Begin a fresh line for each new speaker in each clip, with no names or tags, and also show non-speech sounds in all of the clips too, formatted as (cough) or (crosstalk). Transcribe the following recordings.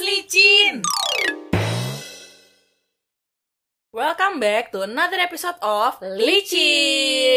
licin. Welcome back to another episode of Licin.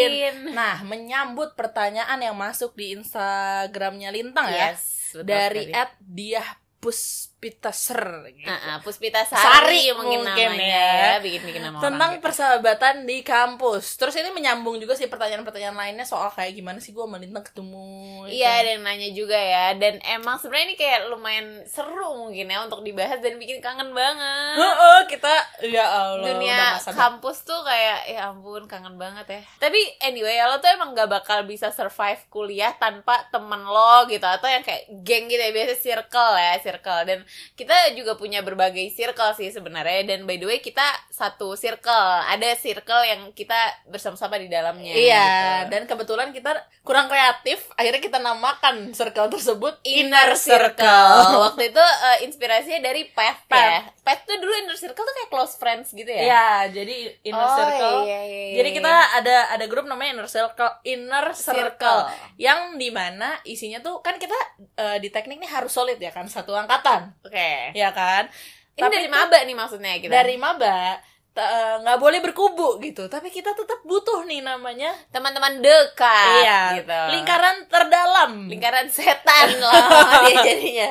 Licin.
Nah, menyambut pertanyaan yang masuk di Instagramnya Lintang ya.
Yes, betul
dari
sekali.
at Diah Puspitaser gitu.
Ah, ah, Puspita
Sari
Sari, mungkin,
mungkin
namanya
ya.
ya, bikin-bikin nama
tentang
orang. gitu.
persahabatan di kampus. Terus ini menyambung juga sih pertanyaan-pertanyaan lainnya soal kayak gimana sih gue melintang ketemu. gitu.
Iya, ada yang nanya juga ya. Dan emang sebenarnya ini kayak lumayan seru mungkin ya untuk dibahas dan bikin kangen banget.
Heeh, kita ya Allah udah
dunia
masa
kampus tuh kayak ya ampun kangen banget ya tapi anyway ya lo tuh emang gak bakal bisa survive kuliah tanpa temen lo gitu atau yang kayak geng gitu ya biasa circle ya circle dan kita juga punya berbagai circle sih sebenarnya dan by the way kita satu circle ada circle yang kita bersama-sama di dalamnya
Iya,
gitu.
dan kebetulan kita kurang kreatif, akhirnya kita namakan circle tersebut
Inner circle. (laughs) Waktu itu eh, inspirasinya dari Path, ya. Path tuh dulu inner circle tuh kayak close friends gitu ya.
Iya, jadi inner
Oh,
circle.
iya, iya, iya.
Jadi kita ada ada grup namanya inner circle, inner circle,
Circle.
yang dimana isinya tuh kan kita eh, di teknik nih harus solid ya kan satu angkatan,
Oke.
ya kan?
Ini
Tapi
dari
tuh-
maba nih maksudnya gitu. kita.
dari maba t- eh, nggak boleh berkubu gitu, tapi kita tetap butuh nih namanya
teman-teman dekat
iya,
gitu.
lingkaran terdalam.
lingkaran
(laughs)
setan lah dia jadinya.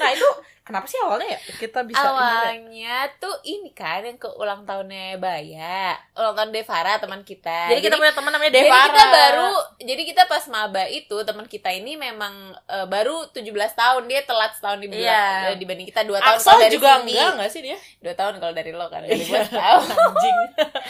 Nah itu kenapa sih awalnya ya kita bisa ini ya?
Awalnya tuh ini kan yang ke ulang tahunnya Baya, ulang tahun Devara teman kita.
Nah, Jadi kita punya teman namanya
jadi
Devara.
kita baru jadi kita pas maba itu teman kita ini memang eh, baru 17 tahun dia telat setahun di
Iya.
dibanding kita dua tahun
Axel
kalau dari
juga
Cindy.
enggak enggak sih dia?
dua tahun kalau dari lo kan dari
Iya.
gua tahun
(laughs) Anjing.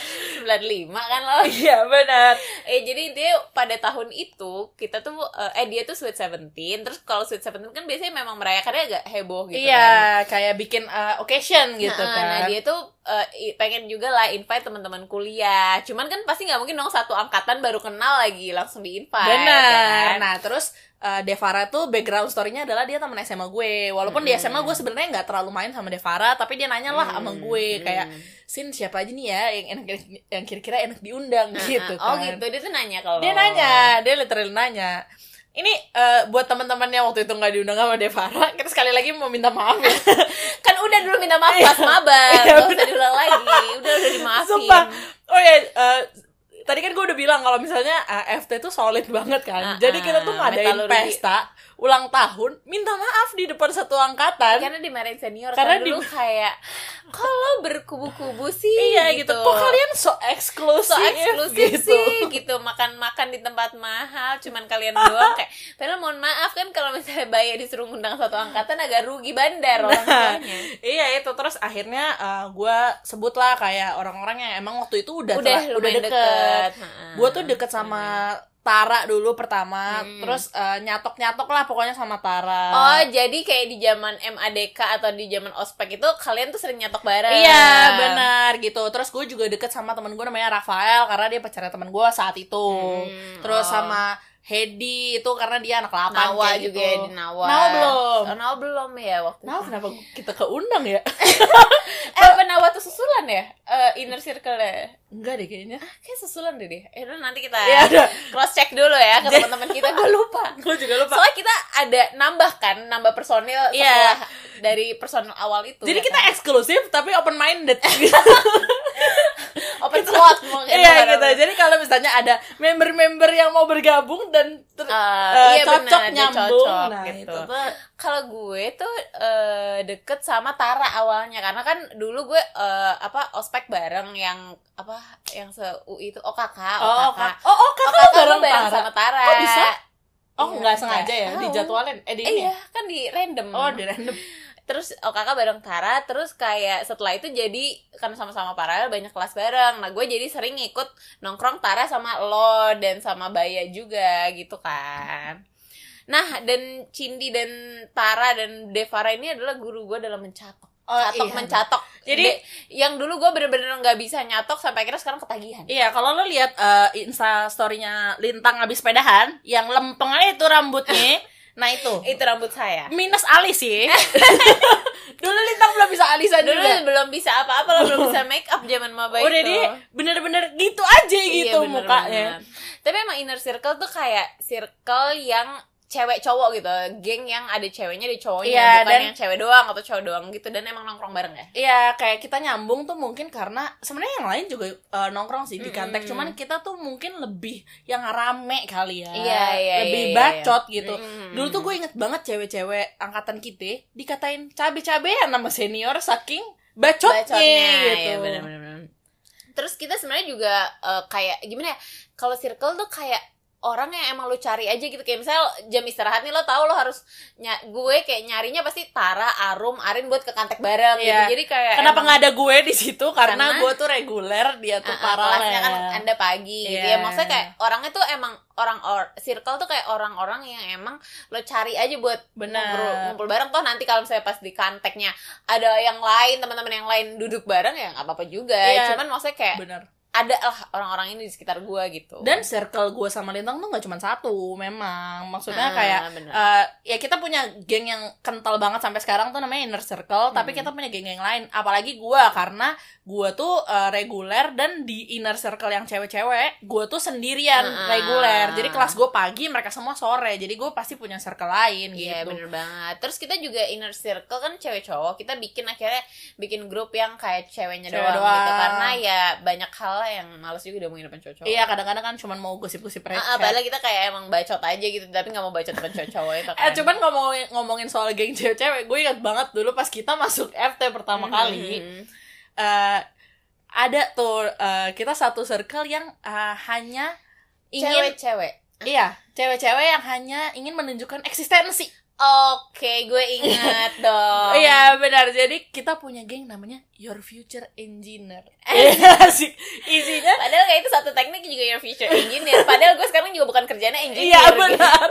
95 kan lo
Iya benar.
eh jadi intinya pada tahun itu kita tuh eh, eh dia tuh sweet seventeen terus kalau sweet seventeen kan biasanya memang merayakannya agak heboh gitu
iya,
kan
kayak bikin uh, occasion gitu
Nah,
kan.
nah dia tuh eh, i- pengen juga lah invite teman-teman kuliah cuman kan pasti nggak mungkin dong satu angkatan baru kenal lagi langsung ya kan? di invite
Benar. Nah, terus uh, Devara tuh background story-nya adalah dia teman SMA gue. Walaupun di SMA gue sebenarnya nggak terlalu main sama Devara, tapi dia nanya lah sama gue kayak, "Sin, siapa aja nih ya yang enak yang kira-kira enak diundang?" gitu
oh
kan.
gitu dia tuh nanya kalau
Dia nanya, dia literally nanya. Ini eh, buat teman-teman yang waktu itu nggak diundang sama Devara, kita sekali lagi mau minta maaf (laughs) ya.
kan udah dulu minta maaf pas maba
Iya,
nggak usah diulang lagi udah udah dimaafin
Sumpah. Oh ya, eh, tadi kan gue udah bilang kalau misalnya eh, FT tuh solid banget kan.
Ah,
Jadi
ah,
kita tuh ngadain
metalurgi.
pesta ulang tahun, minta maaf di depan satu angkatan.
karena dimarahin senior
Karena
karena dulu kayak kalau berkubu-kubu sih
Iya gitu. Kok kalian so eksklusif?
so eksklusif
gitu.
sih gitu makan-makan di tempat mahal cuman kalian doang kayak padahal mohon maaf kan kalau misalnya Baya disuruh ngundang satu angkatan agak rugi bandar orang
Nah.
tuanya
Iya itu terus akhirnya eh, gue sebutlah kayak orang-orang yang emang waktu itu udah
udah
telah- udah
lumayan
deket.
deket, Ah, Heeh.
gue tuh deket sama Tara dulu pertama,
Hmm.
terus eh, nyatok-nyatok lah pokoknya sama Tara.
Oh, jadi kayak di zaman MADK atau di zaman ospek itu kalian tuh sering nyatok bareng.
Iya benar gitu. Terus gue juga deket sama temen gue namanya Rafael karena dia pacarnya temen gue saat itu.
Hmm,
Terus
oh.
sama Hedi itu karena dia anak lapan
Nawa
kayak
juga
gitu.
ya di Nawa.
Nawa belum.
Oh, Nawa belum ya waktu itu.
Nah kenapa kita keundang
(laughs)
ya?
Eh, apa Nawa tuh susulan ya? Eh, inner circle ya?
Enggak deh kayaknya.
Kayak susulan deh deh. Eh, udah, nanti
(laughs)
kita
Iya, udah.
cross check dulu ya
(laughs)
ke teman-teman kita. Gue lupa.
Gue juga lupa.
Soalnya kita ada nambah kan, nambah personil
Iya.
setelah dari personil awal itu.
Jadi
ya
(laughs) kita
kan? Eh,
eksklusif tapi open minded. (laughs)
open slot mungkin.
Iya gitu.
kadang-kadang.
Jadi kalau misalnya ada member-member yang mau bergabung dan ter-
Eh,
eh,
iya
cocok
benar, dia
nyambung.
cocok,
nah,
gitu.
itu tuh
Kalau gue tuh eh, deket sama Tara awalnya karena kan dulu gue eh, apa ospek bareng yang apa yang se UI itu OKK,
Oh,
OKK.
kakak. Oh, oh, kakak,
kakak
bareng
bareng
Tara.
sama Tara.
Kok bisa? Oh,
Iya,
nggak sengaja ya,
nggak tahu.
dijadwalin. Eh, di
Eh,
ini
iya,
ya?
kan di random.
Oh, di random.
terus oh kakak bareng Tara terus kayak setelah itu jadi karena sama-sama paralel banyak kelas bareng nah gue jadi sering ikut nongkrong Tara sama lo dan sama Baya juga gitu kan nah dan Cindy dan Tara dan Devara ini adalah guru gue dalam mencatok
Oh,
catok
iya.
mencatok
Jadi-
De- yang dulu gue bener-bener nggak bisa nyatok sampai akhirnya sekarang ketagihan
Iya, kalau lo lihat eh, Insta story-nya Lintang habis pedahan, yang lempeng aja itu
(laughs)
rambutnya. nah, itu.
itu rambut saya
Minus alis
(laughs)
sih. Dulu Lintang belum bisa alisan
dulu
juga.
belum bisa apa-apa lo belum bisa make up zaman maba itu
Udah dia bener-bener gitu aja
Iya,
gitu
bener
mukanya.
banget. Tapi emang inner circle tuh kayak circle yang cewek cowok gitu geng yang ada ceweknya ada cowoknya
Iya,
bukan
dan-
yang cewek doang atau cowok doang gitu dan emang nongkrong bareng ya
Iya, kayak kita nyambung tuh mungkin karena sebenarnya yang lain juga eh, nongkrong sih di
Mm-mm.
kantek, cuman kita tuh mungkin lebih yang rame kali ya.
Iya, iya,
lebih
iya, iya.
bacot gitu.
Mm-mm.
Dulu tuh gue inget banget cewek-cewek angkatan kita dikatain cabe-cabean sama senior saking bacotnya, gitu.
ya, benar-benar benar. terus kita sebenarnya juga eh, kayak gimana ya kalau circle tuh kayak orang yang emang lu cari aja gitu kayak misalnya jam istirahat nih lo tahu lo harus ny- gue kayak nyarinya pasti Tara, Arum, Arin buat ke kantek bareng
Iya.
gitu jadi kayak
Kenapa
emang-
nggak ada gue di situ? Karena,
Karena-
gue tuh reguler, dia tuh
Ah, ah,
paralel.
kelasnya kan anda pagi gitu
Iya.
ya maksudnya kayak orangnya tuh emang orang or circle tuh kayak orang-orang yang emang lo cari aja buat
Benar.
ngumpul, ngumpul bareng toh nanti kalau misalnya pas di kontaknya ada yang lain teman-teman yang lain duduk bareng ya nggak apa-apa juga
Iya.
cuman maksudnya kayak
Bener.
ada lah orang-orang ini di sekitar gua gitu
Dan circle gue sama Lintang tuh nggak cuma satu, memang. Maksudnya
Ah,
kayak
bener.
eh, ya kita punya geng yang kental banget sampai sekarang tuh namanya inner circle, tapi
Hmm.
kita punya geng-geng lain. Apalagi gue karena gue tuh eh, reguler dan di inner circle yang cewek-cewek, gue tuh sendirian
Ah.
reguler. Jadi kelas gue pagi, mereka semua sore. Jadi gue pasti punya circle lain
Iya
gitu.
bener banget Terus kita juga inner circle kan cewek cowok Kita bikin akhirnya bikin grup yang kayak ceweknya
Cewek
doang, gitu
doang.
Karena ya banyak hal yang males juga diomongin depan cowok-cowok
Iya kadang-kadang kan cuma mau gosip-gosip
Ah, ah,
receh.
padahal kita kayak emang bacot aja gitu, tapi nggak mau bacot sama cowok-cowok itu kan.
Eh cuman ngomongin, ngomongin soal geng cewek-cewek Gue ingat banget dulu pas kita masuk FT pertama kali
Mhm.
eh, Ada tuh eh, kita satu circle yang eh, hanya ingin
cewek-cewek.
Iya cewek-cewek yang hanya ingin menunjukkan eksistensi
Oke, gue
(laughs)
ingat dong.
Iya benar jadi kita punya geng namanya Your Future Engineer Iya sih isinya
Padahal kayak itu satu teknik juga your future engineer. Padahal gue sekarang juga bukan kerjanya engineer.
Iya
gitu.
benar.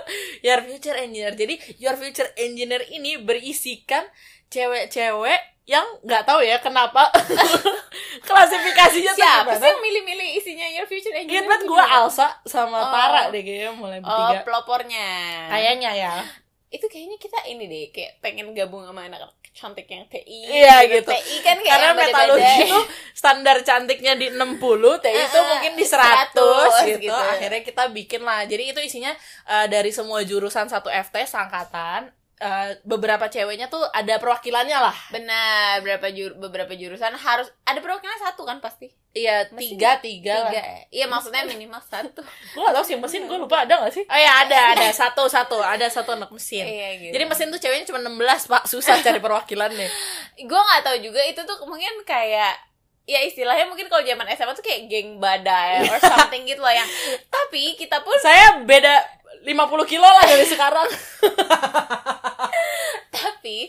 Your future engineer. Jadi your future engineer ini berisikan cewek-cewek yang nggak tahu ya kenapa (laughs) klasifikasinya tuh
Siapa sih
gimana.
yang milih-milih isinya your future
Ingat
engineer?
banget gue Alsa sama
Oh.
Tara deh kayaknya mulai
Oh,
bertiga.
pelopornya.
Kayaknya ya.
itu kayaknya kita ini deh kayak pengen gabung sama anak-anak cantik yang TI.
Iya, gitu.
TI kan kayak
Karena
yang badai-badai.
metalogi itu standar cantiknya di 60, TI itu
Eh, eh,
mungkin di 100,
100
gitu.
gitu.
Akhirnya kita bikin lah. Jadi itu isinya eh, dari semua jurusan satu FT sangkatan eh, beberapa ceweknya tuh ada perwakilannya lah.
Benar, berapa jur- beberapa jurusan harus ada perwakilan satu kan pasti.
Iya,
Mesin
tiga, tiga, lah.
tiga ya? iya maksudnya minimal satu
Gue gak tau sih mesin, gue lupa ada gak sih? Oh iya, ada, ada. Satu, satu. Ada satu anak mesin.
(laughs) iya gitu
Jadi mesin tuh ceweknya cuma 16, Pak. Susah cari perwakilannya.
gue nggak tahu juga itu tuh mungkin kayak ya istilahnya mungkin kalau zaman SMA tuh kayak geng badai
(laughs)
or something gitu loh yang tapi kita pun
(laughs)
(laughs)
Saya beda 50 kilo lah dari sekarang.
tapi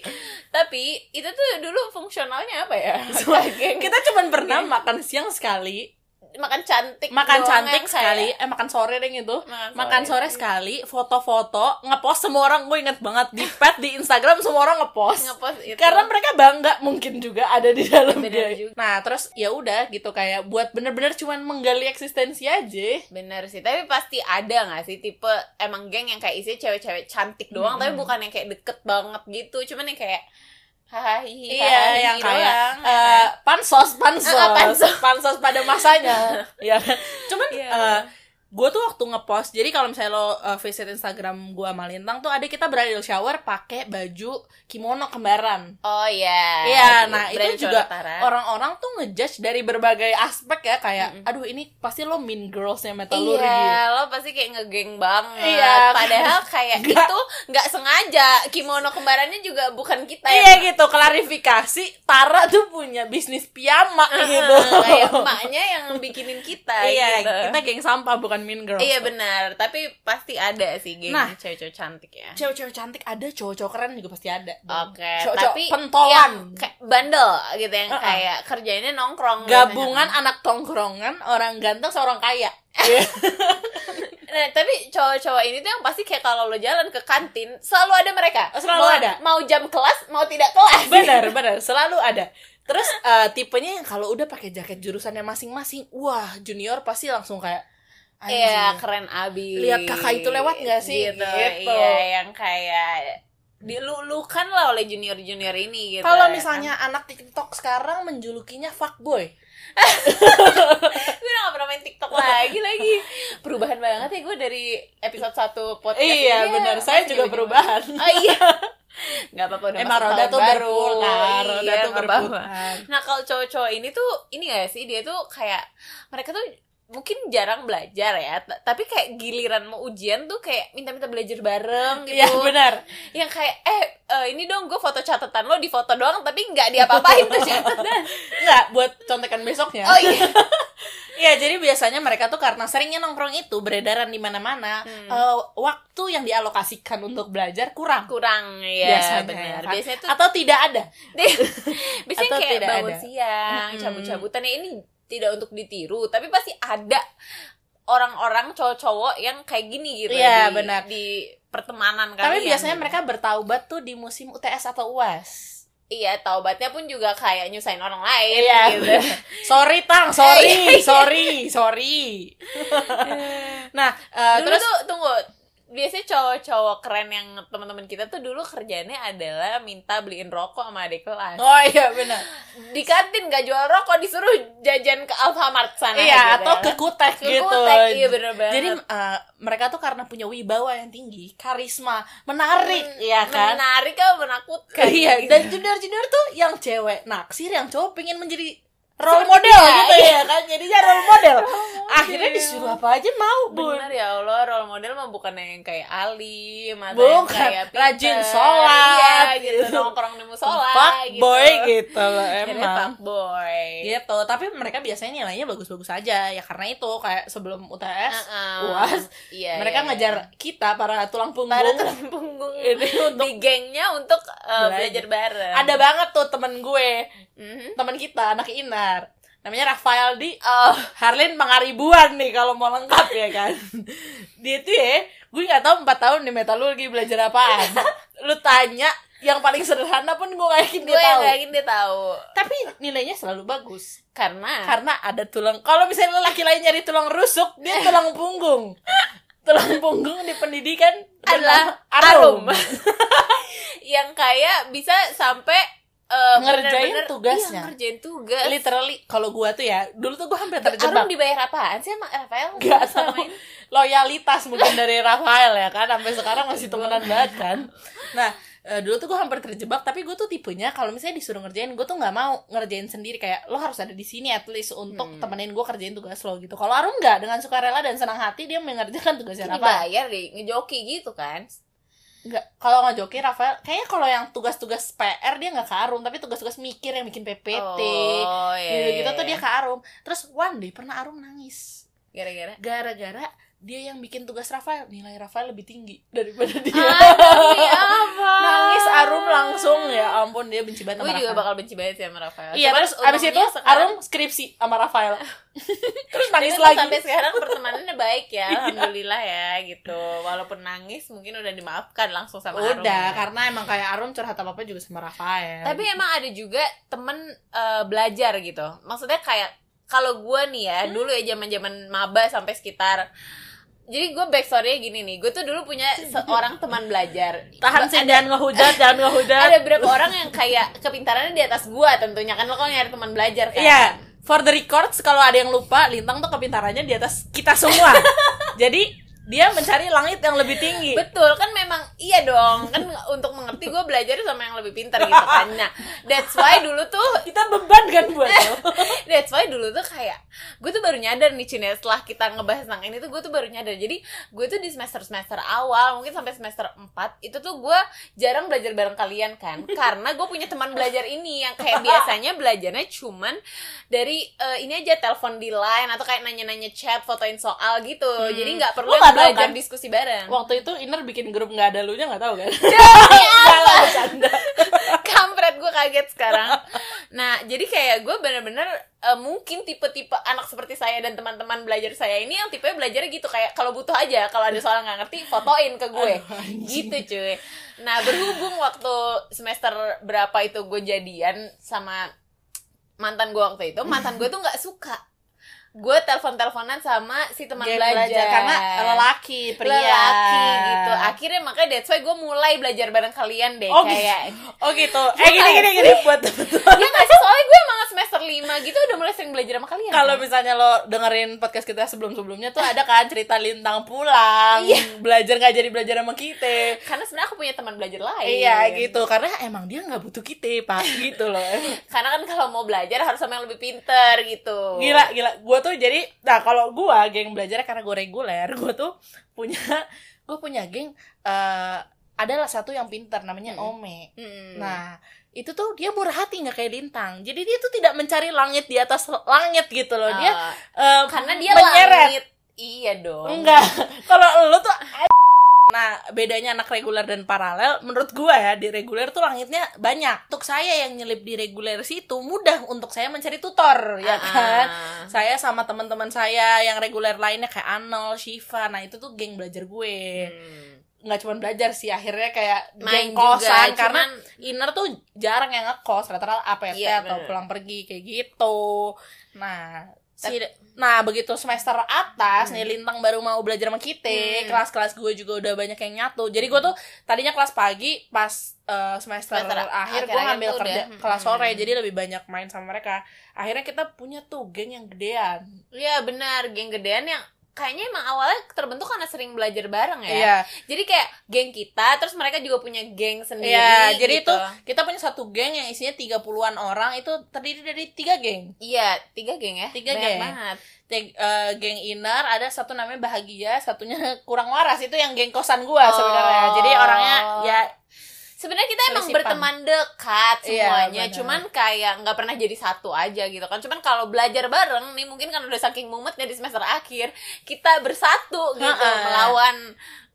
tapi itu tuh dulu fungsionalnya apa
(laughs)
ya sebagai
(laughs) Kita cuma pernah makan siang sekali.
makan cantik
Makan
doang
cantik
kan,
sekali.
kayak-
Eh, makan sore deh gitu.
Makan sore.
Makan sore sekali. Foto-foto. Ngepost semua orang. Gue inget banget. Di pet, di Instagram semua orang ngepost.
ngepost itu
karena mereka bangga mungkin juga ada di dalam
Bener
dia.
juga.
Nah, terus ya udah gitu kayak buat bener-bener cuman menggali eksistensi aja.
Bener sih, tapi pasti ada gak sih tipe emang geng yang kayak isinya cewek-cewek cantik doang Tapi bukan yang kayak deket banget gitu, cuman yang kayak Hahaha,
Iya, yang kayak eh, pansos, pansos,
Ah, ah,
(laughs) pansos,
pansos.
pada (laughs) masanya. ya kan? Cuman
Iya.
gue tuh waktu ngepost, jadi kalau misalnya lo eh, visit Instagram gue sama Lintang tuh ada kita bridal shower pakai baju kimono kembaran.
Oh iya
Iya,
Oke,
nah
berani
itu juga
corak Tara.
orang-orang tuh ngejudge dari berbagai aspek ya kayak, aduh ini pasti lo mean girlsnya metalurgi.
Iya, lo pasti kayak ngegeng banget
Iya.
Padahal kayak
(laughs) Nggak.
itu nggak sengaja Kimono kembarannya juga bukan kita
Iya gitu, klarifikasi Tara tuh punya bisnis piyama gitu.
Kayak emaknya yang bikinin
(laughs)
kita
iya,
gitu.
kita geng sampah bukan mean girls.
Iya benar, tapi pasti ada sih geng
Nah.
cewek-cewek cantik ya.
Cewek-cewek cantik ada, cowok-cowok keren juga pasti ada.
Oke,
Cowok-cowok
tapi
pentolan.
yang kayak bandel gitu yang
Uh-uh.
kayak kerjainnya nongkrong.
Gabungan
gitu.
anak tongkrongan, orang ganteng seorang kaya. (laughs)
Nah, tapi cowok-cowok ini tuh yang pasti kayak kalau lo jalan ke kantin selalu ada mereka.
Oh, selalu
mau,
ada.
Mau jam kelas, mau tidak kelas.
benar, benar, selalu ada. Terus eh, tipenya yang kalau udah pakai jaket jurusannya masing-masing, wah junior pasti langsung kayak
(laughs) Iya,
anjing.
keren abis.
Lihat kakak itu lewat nggak sih?
Gitu.
Gitu.
Iya, yang kayak dilulukan lah oleh kan junior-junior ini
ya,
gitu.
kan. Kalau misalnya anak TikTok sekarang menjulukinya fuckboy.
gue udah gak pernah main TikTok
(laughs)
lagi lagi perubahan banget ya gue dari episode 1 podcast
iya
ini,
benar
ya,
saya
masih
juga
gimana-gimana.
perubahan
oh iya (laughs) nggak apa-apa udah
emang
masuk
roda
tahun
tuh
baru
berputar
Nah,
roda
iya,
tuh
nggak apa-apa.
berputar
Nah kalau cowok-cowok ini tuh ini gak sih dia tuh kayak mereka tuh mungkin jarang belajar ya t- tapi kayak giliran mau ujian tuh kayak minta-minta belajar bareng gitu
iya benar
yang kayak eh eh, ini dong gue foto catatan lo di foto doang tapi nggak
(laughs)
diapa-apain tuh catatan
nggak buat contekan besoknya
oh iya
(laughs) Iya, jadi biasanya mereka tuh karena seringnya nongkrong itu beredaran di mana-mana,
Hmm.
eh, waktu yang dialokasikan untuk belajar kurang.
kurang ya
Biasanya,
benar
kan?
biasanya tuh
Atau tidak ada.
biasanya
atau
kayak
tidak
bangun
ada.
siang
Mm-mm.
cabut-cabutan ya ini tidak untuk ditiru tapi pasti ada orang-orang cowok-cowok yang kayak gini gitu
Iya,
di,
benar.
di pertemanan kalian
Tapi biasanya
gitu.
mereka bertaubat tuh di musim UTS atau UAS.
Iya, taubatnya pun juga kayak nyusahin orang lain
Iya,
gitu.
bener. (laughs) Sorry Tang,
Eh, iya,
sorry, sorry,
(laughs)
sorry. nah, eh,
dulu
terus
tuh tunggu, biasanya cowok-cowok keren yang teman-teman kita tuh dulu kerjanya adalah minta beliin rokok sama adik kelas.
Oh iya benar.
Di kantin gak jual rokok, disuruh jajan ke Alfamart sana.
Iya,
gitu.
atau ke kutek
Ke
gitu.
Kutek, iya bener banget.
Jadi eh, mereka tuh karena punya wibawa yang tinggi, karisma, menarik,
Men-
ya kan?
Hmm, Menarik kan (laughs) menakutkan.
Iya,
gitu.
dan junior-junior tuh yang cewek naksir, yang cowok pengen menjadi role model
kita,
gitu ya kan. Jadinya role model. Akhirnya
model.
disuruh apa aja mau, Bun.
Bener ya Allah, role model mah bukan yang kayak alim atau
Bukan,
yang kayak pinter.
rajin sholat,
Iya, gitu, nongkrong di musola gitu.
boy gitu loh
Akhirnya
emang.
fuckboy.
gitu tapi mereka biasanya nilainya bagus-bagus aja ya karena itu kayak sebelum UTS
Uh-uh.
UAS,
Iya,
mereka
iya,
ngajar kita para tulang punggung
para tulang punggung
Ini untuk-
di (laughs) gengnya untuk uh, belajar bareng.
ada banget tuh temen gue
Mhm.
temen kita anak Inar namanya Rafael di eh,
Oh,
Harlin Pangaribuan nih kalau mau lengkap ya kan (laughs) dia tuh ya gue nggak tahu empat tahun di meta lu lagi belajar apaan lu tanya yang paling sederhana pun gue gak yakin
gue
dia
yang
tahu
yakin dia tahu.
tapi nilainya selalu bagus Ah.
Karena
karena ada tulang kalau misalnya laki lain nyari tulang rusuk dia tulang punggung tulang punggung di pendidikan
Adalah
bernama arum,
arum. yang kayak bisa sampai uh,
Ngerjain
bener-bener-
tugasnya.
Iya, ngerjain tugas.
(laughs) literally kalau gua tuh ya dulu tuh gua hampir
Arum
terjebak
dibayar apaan sih sama Rafael?
Nggak
Selama
tahu.
ini?
loyalitas mungkin dari Rafael ya kan sampai sekarang masih temenan banget kan nah eh, dulu tuh gue hampir terjebak tapi gue tuh tipenya kalau misalnya disuruh ngerjain gue tuh nggak mau ngerjain sendiri kayak lo harus ada di sini at least untuk
Hmm.
temenin gue kerjain tugas lo gitu kalau Arum nggak dengan sukarela dan senang hati dia mengerjakan tugasnya Rafael
Dibayar deh, ngejoki gitu kan.
Nggak, kalau nggak joki Rafael kayaknya kalau yang tugas-tugas PR dia nggak ke Arum tapi tugas-tugas mikir yang bikin PPT
Oh, iya.
gitu gitu tuh
iya.
dia ke Arum terus one day pernah Arum nangis
gara-gara
gara-gara dia yang bikin tugas Rafael nilai Rafael lebih tinggi daripada dia
Ah,
(laughs)
demi apa?
nangis Arum langsung ya ampun dia benci banget
Gue
sama
Oh, juga
Rafael
bakal benci banget sih sama Rafael.
iya
Cuman
terus abis
untungnya
itu
sekarang-
Arum skripsi sama Rafael terus nangis
tapi
lagi Iya.
sampai sekarang pertemanannya baik
(laughs)
ya, alhamdulillah ya gitu. Walaupun nangis mungkin udah dimaafkan langsung sama Arum.
udah
ya.
karena emang kayak Arum curhat apa apa juga sama Rafael
Tapi emang ada juga temen eh, belajar gitu. Maksudnya kayak kalau gue nih
Hmm?
ya dulu ya zaman-zaman maba sampai sekitar. Jadi gue backstory-nya gini nih. Gue tuh dulu
(laughs)
punya seorang teman belajar.
tahan sih jangan ngehujat jangan ngehujat
ada berapa orang yang kayak kepintarannya di atas gua tentunya kan lo kalau nyari teman belajar kan
Iya, for the records kalau ada yang lupa, Lintang tuh kepintarannya di atas kita
(laughs)
semua. Jadi dia mencari langit yang lebih tinggi.
betul kan memang iya dong kan untuk mengerti gua belajar sama yang lebih pintar gitu kan nah that's why dulu tuh
Kita beban kan
(laughs)
buat lo.
that's why dulu tuh kayak gue tuh baru nyadar nih Cina setelah kita ngebahas tentang ini tuh gue tuh baru nyadar jadi gue tuh di semester semester awal mungkin sampai semester 4 itu tuh gue jarang belajar bareng kalian
(laughs)
kan karena gue punya teman belajar ini yang kayak biasanya belajarnya cuman dari eh, ini aja telepon di line atau kayak nanya-nanya chat fotoin soal gitu jadi nggak perlu
Lo
yang
Hmm. nggak tahu
belajar
kan?
diskusi bareng (laughs)
Waktu itu Inner bikin grup nggak ada lu nya nggak tahu kan?
Iya.
(laughs)
Demi
Salah bercanda.
(laughs) kampret gue kaget sekarang nah jadi kayak gue bener-bener eh, mungkin tipe-tipe anak seperti saya dan teman-teman belajar saya ini yang tipe belajar gitu kayak kalau butuh aja kalau ada soal nggak ngerti fotoin ke gue
Aduh, anjing.
gitu cuy nah berhubung waktu semester berapa itu gue jadian sama mantan gue waktu itu mantan gue tuh nggak suka gue telepon-teleponan sama si teman
Dia
belajar.
karena lelaki pria
Lelaki gitu. Akhirnya makanya that's why gue mulai belajar bareng kalian deh
Oh, gitu.
kayak.
oh gitu eh gini gini gini
(laughs)
buat temen-temen.
Iya nggak sih soalnya gue emang semester 5 gitu udah mulai sering belajar sama kalian. kan?
kalau misalnya lo dengerin podcast kita sebelum-sebelumnya tuh ada kan cerita lintang pulang
Iya.
belajar nggak jadi belajar sama kita
karena sebenarnya aku punya teman belajar lain.
Iya gitu karena emang dia nggak butuh kita
(laughs)
pak gitu loh
Karena kan kalau mau belajar harus sama yang lebih pinter gitu.
gila gila gue tuh jadi nah kalau gue geng belajar karena gue reguler gue tuh punya gue punya geng eh adalah satu yang pintar namanya
Mm-mm.
Ome
Mm.
nah itu tuh dia murah hati nggak kayak lintang jadi dia tuh tidak mencari langit di atas langit gitu loh dia
Ah,
eh,
karena dia
menyeret
langit. Iya dong.
enggak (laughs) kalau lo tuh nah bedanya anak reguler dan paralel menurut gua ya di reguler tuh langitnya banyak untuk saya yang nyelip di reguler situ mudah untuk saya mencari tutor ya kan
Ah.
saya sama teman-teman saya yang reguler lainnya kayak Anol, Shiva, nah itu tuh geng belajar gue.
Hmm.
Nggak cuma belajar sih, akhirnya kayak
Main
geng kosan
juga,
karena
cuman-
inner tuh jarang yang ngekos, rata-rata APT
Iya,
atau
bener.
pulang pergi kayak gitu. Nah, si- nah begitu semester atas nih Lintang baru mau belajar sama kita,
Hmm.
kelas-kelas gue juga udah banyak yang nyatu. Jadi gue tuh tadinya kelas pagi pas eh, semester,
Semester
akhir gue
akhir-akhir
ngambil
tuh
kerja
udah.
kelas sore,
Hmm.
jadi lebih banyak main sama mereka. Akhirnya kita punya tuh geng yang gedean.
Iya benar, geng gedean yang kayaknya emang awalnya terbentuk karena sering belajar bareng ya.
Iya.
Jadi kayak geng kita, terus mereka juga punya geng sendiri.
Iya, jadi
gitu.
itu kita punya satu geng yang isinya 30-an orang itu terdiri dari tiga geng.
Iya, tiga geng ya.
Tiga
Banyak
geng.
banget.
Tiga, eh, geng inner ada satu namanya bahagia, satunya (laughs) kurang waras itu yang geng kosan gua
Oh.
sebenarnya. Jadi orangnya ya
Sebenarnya kita emang
Selisipan.
berteman dekat
Iya,
semuanya,
benar.
cuman kayak nggak pernah jadi satu aja gitu kan. Cuman kalau belajar bareng nih mungkin kan udah saking mumetnya di semester akhir, kita bersatu gitu
Ha-ha.
melawan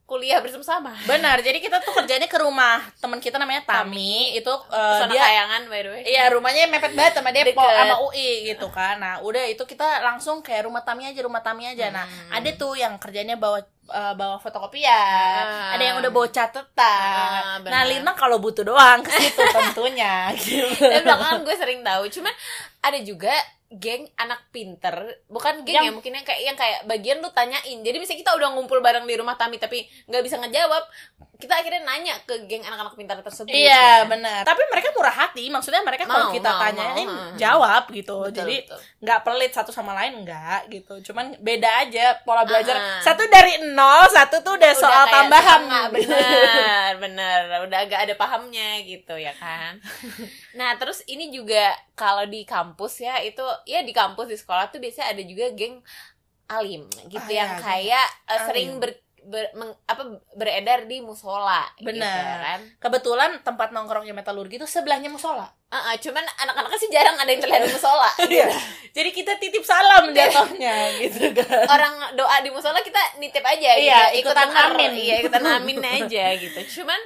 kuliah bersama-sama.
benar. Jadi kita tuh kerjanya ke rumah teman kita namanya Tami, itu eh,
Pesona
dia
kayangan by the way.
Iya rumahnya mepet banget sama Depok
Deket.
sama UI gitu kan. Nah udah itu kita langsung kayak rumah Tami aja rumah Tami aja. Nah
Hmm.
ada tuh yang kerjanya bawa eh, bawa fotokopian,
Ah.
ada yang udah bawa
Ah,
catatan. nah
benar.
Lina kalau butuh doang ke
(laughs)
situ tentunya. gitu.
Dan belakangan gue sering tahu, cuman ada juga geng anak pinter, bukan geng
Yang-
ya mungkin yang kayak yang kayak bagian lu tanyain. Jadi misalnya kita udah ngumpul bareng di rumah Tami tapi nggak bisa ngejawab, kita akhirnya nanya ke geng anak-anak pintar tersebut.
Iya
kan?
benar. Tapi mereka murah hati, maksudnya mereka kalau
Mau,
kita
mau,
tanyain
mau, mau.
jawab gitu.
Betul,
Jadi
betul.
nggak pelit satu sama lain nggak gitu. Cuman beda aja pola belajar.
Ah.
Satu dari nol, satu tuh udah, soal
kayak
tambahan.
setengah, benar benar udah agak ada pahamnya gitu ya
(laughs)
kan nah terus ini juga kalau di kampus ya itu ya di kampus di sekolah tuh biasanya ada juga geng alim gitu
Ah,
yang
iya,
kayak eh,
Alim.
sering ber- ber- meng- apa beredar di musola gitu
Benar.
kan
(laughs) Kebetulan tempat nongkrongnya metalurgi itu sebelahnya musola.
Ah, ah, cuman anak-anaknya sih jarang ada yang terlihat di musola
(laughs) Iya. Jadi kita titip salam
Iya.
jatuhnya (laughs) gitu kan.
orang doa di musola kita nitip aja gitu,
Iya, ikutan
denger.
amin.
iya ikutan amin aja gitu cuman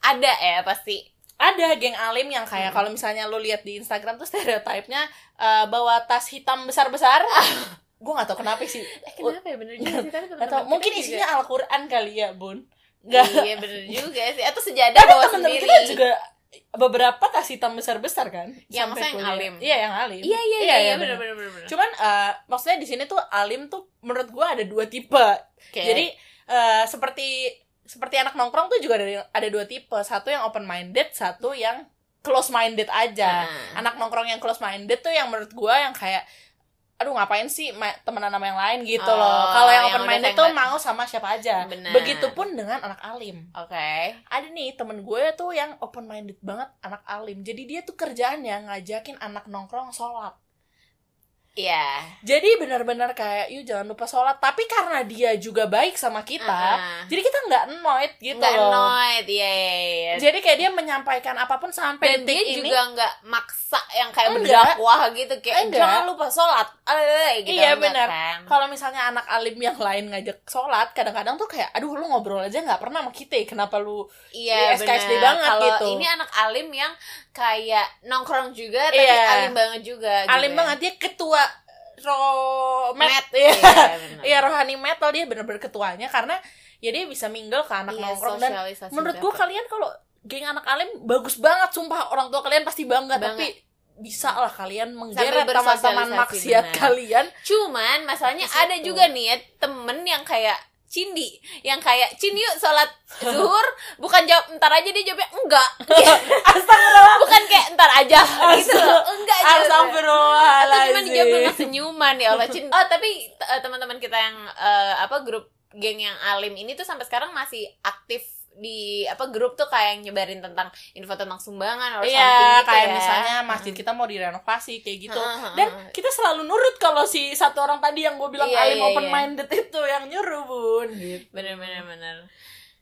ada ya pasti
Ada geng alim yang kayak
Hmm.
kalau misalnya lu lihat di Instagram tuh stereotipnya eh, bawa tas hitam besar-besar. gue gak tau kenapa sih.
Eh, Ah. kenapa ya bener juga sih Iya. tapi
Gak tau,
teman-teman
mungkin
kita
isinya Al-Quran kali ya, Bun.
juga,
Gak.
iya bener juga sih atau sejadah
Tapi
bawa
temen-temen
sendiri
kita juga beberapa tas hitam besar-besar kan?
Ya,
Sampai
maksudnya yang
kuliah.
alim.
Iya, yang alim.
iya iya iya, iya bener bener bener, bener.
Cuman eh, maksudnya di sini tuh alim tuh menurut gue ada dua tipe.
Kayak-
Jadi eh, seperti seperti anak nongkrong tuh juga ada ada dua tipe. Satu yang open minded, satu yang close minded aja.
Ah.
Anak nongkrong yang close minded tuh yang menurut gua yang kayak aduh ngapain sih ma- temenan sama yang lain gitu
Oh,
loh. Kalau yang
yang
open minded
udah
tuh
kayak-
mau sama siapa aja.
Benar.
Begitupun dengan anak alim.
oke
Ada nih temen gue tuh yang open minded banget anak alim. Jadi dia tuh kerjaannya ngajakin anak nongkrong sholat.
iya
Jadi benar-benar kayak yuk jangan lupa sholat. Tapi karena dia juga baik sama kita,
Ah.
jadi kita nggak annoyed gitu
nggak
loh.
annoyed iya iya iya
Jadi kayak dia menyampaikan apapun sampai
dan dia
detik ini.
juga nggak maksa yang kayak
Enggak.
berdakwah gitu kayak
Enggak.
jangan lupa sholat eh gitu
iya
enggak
benar.
kan?
Kalau misalnya anak alim yang lain ngajak sholat, kadang-kadang tuh kayak, aduh lu ngobrol aja nggak pernah sama kita, ya, kenapa lu? Iya,
Iya,
SKSD
benar.
banget
Kalau
gitu.
ini anak alim yang kayak nongkrong juga, tapi
Iya.
alim banget juga.
alim
gitu ya.
banget dia ketua romet,
Met,
iya.
benar.
Iya rohani metal dia bener-bener ketuanya karena ya dia bisa mingle ke anak
Iya,
nongkrong dan
sosialisasi
menurut
banget.
gua kalian kalau geng anak alim bagus banget sumpah orang tua kalian pasti bangga
Banget.
tapi bisa lah kalian
Sambil
menggeret teman-teman
bersosialisasi,
maksiat
benar.
kalian
Cuman masalahnya
Di situ.
ada juga nih ya temen yang kayak Cindi yang kayak Cin yuk sholat zuhur bukan jawab ntar aja dia jawabnya enggak
(laughs) Astagfirullah
bukan kayak ntar aja gitu loh enggak aja atau cuma dijawab dengan
Astagfirullahaladzim
senyuman ya Allah
(laughs)
Cin oh tapi eh, teman-teman kita yang eh, apa grup geng yang alim ini tuh sampai sekarang masih aktif di apa grup tuh kayak nyebarin tentang info tentang sumbangan or something
Iya,
gitu
kayak
ya.
misalnya masjid kita mau direnovasi kayak gitu.
Heeh,
Dan
heeh.
kita selalu nurut kalau si satu orang tadi yang gue bilang
Iya,
alim
iya, iya.
open minded (laughs) itu yang nyuruh, Bun. Gitu.
bener bener bener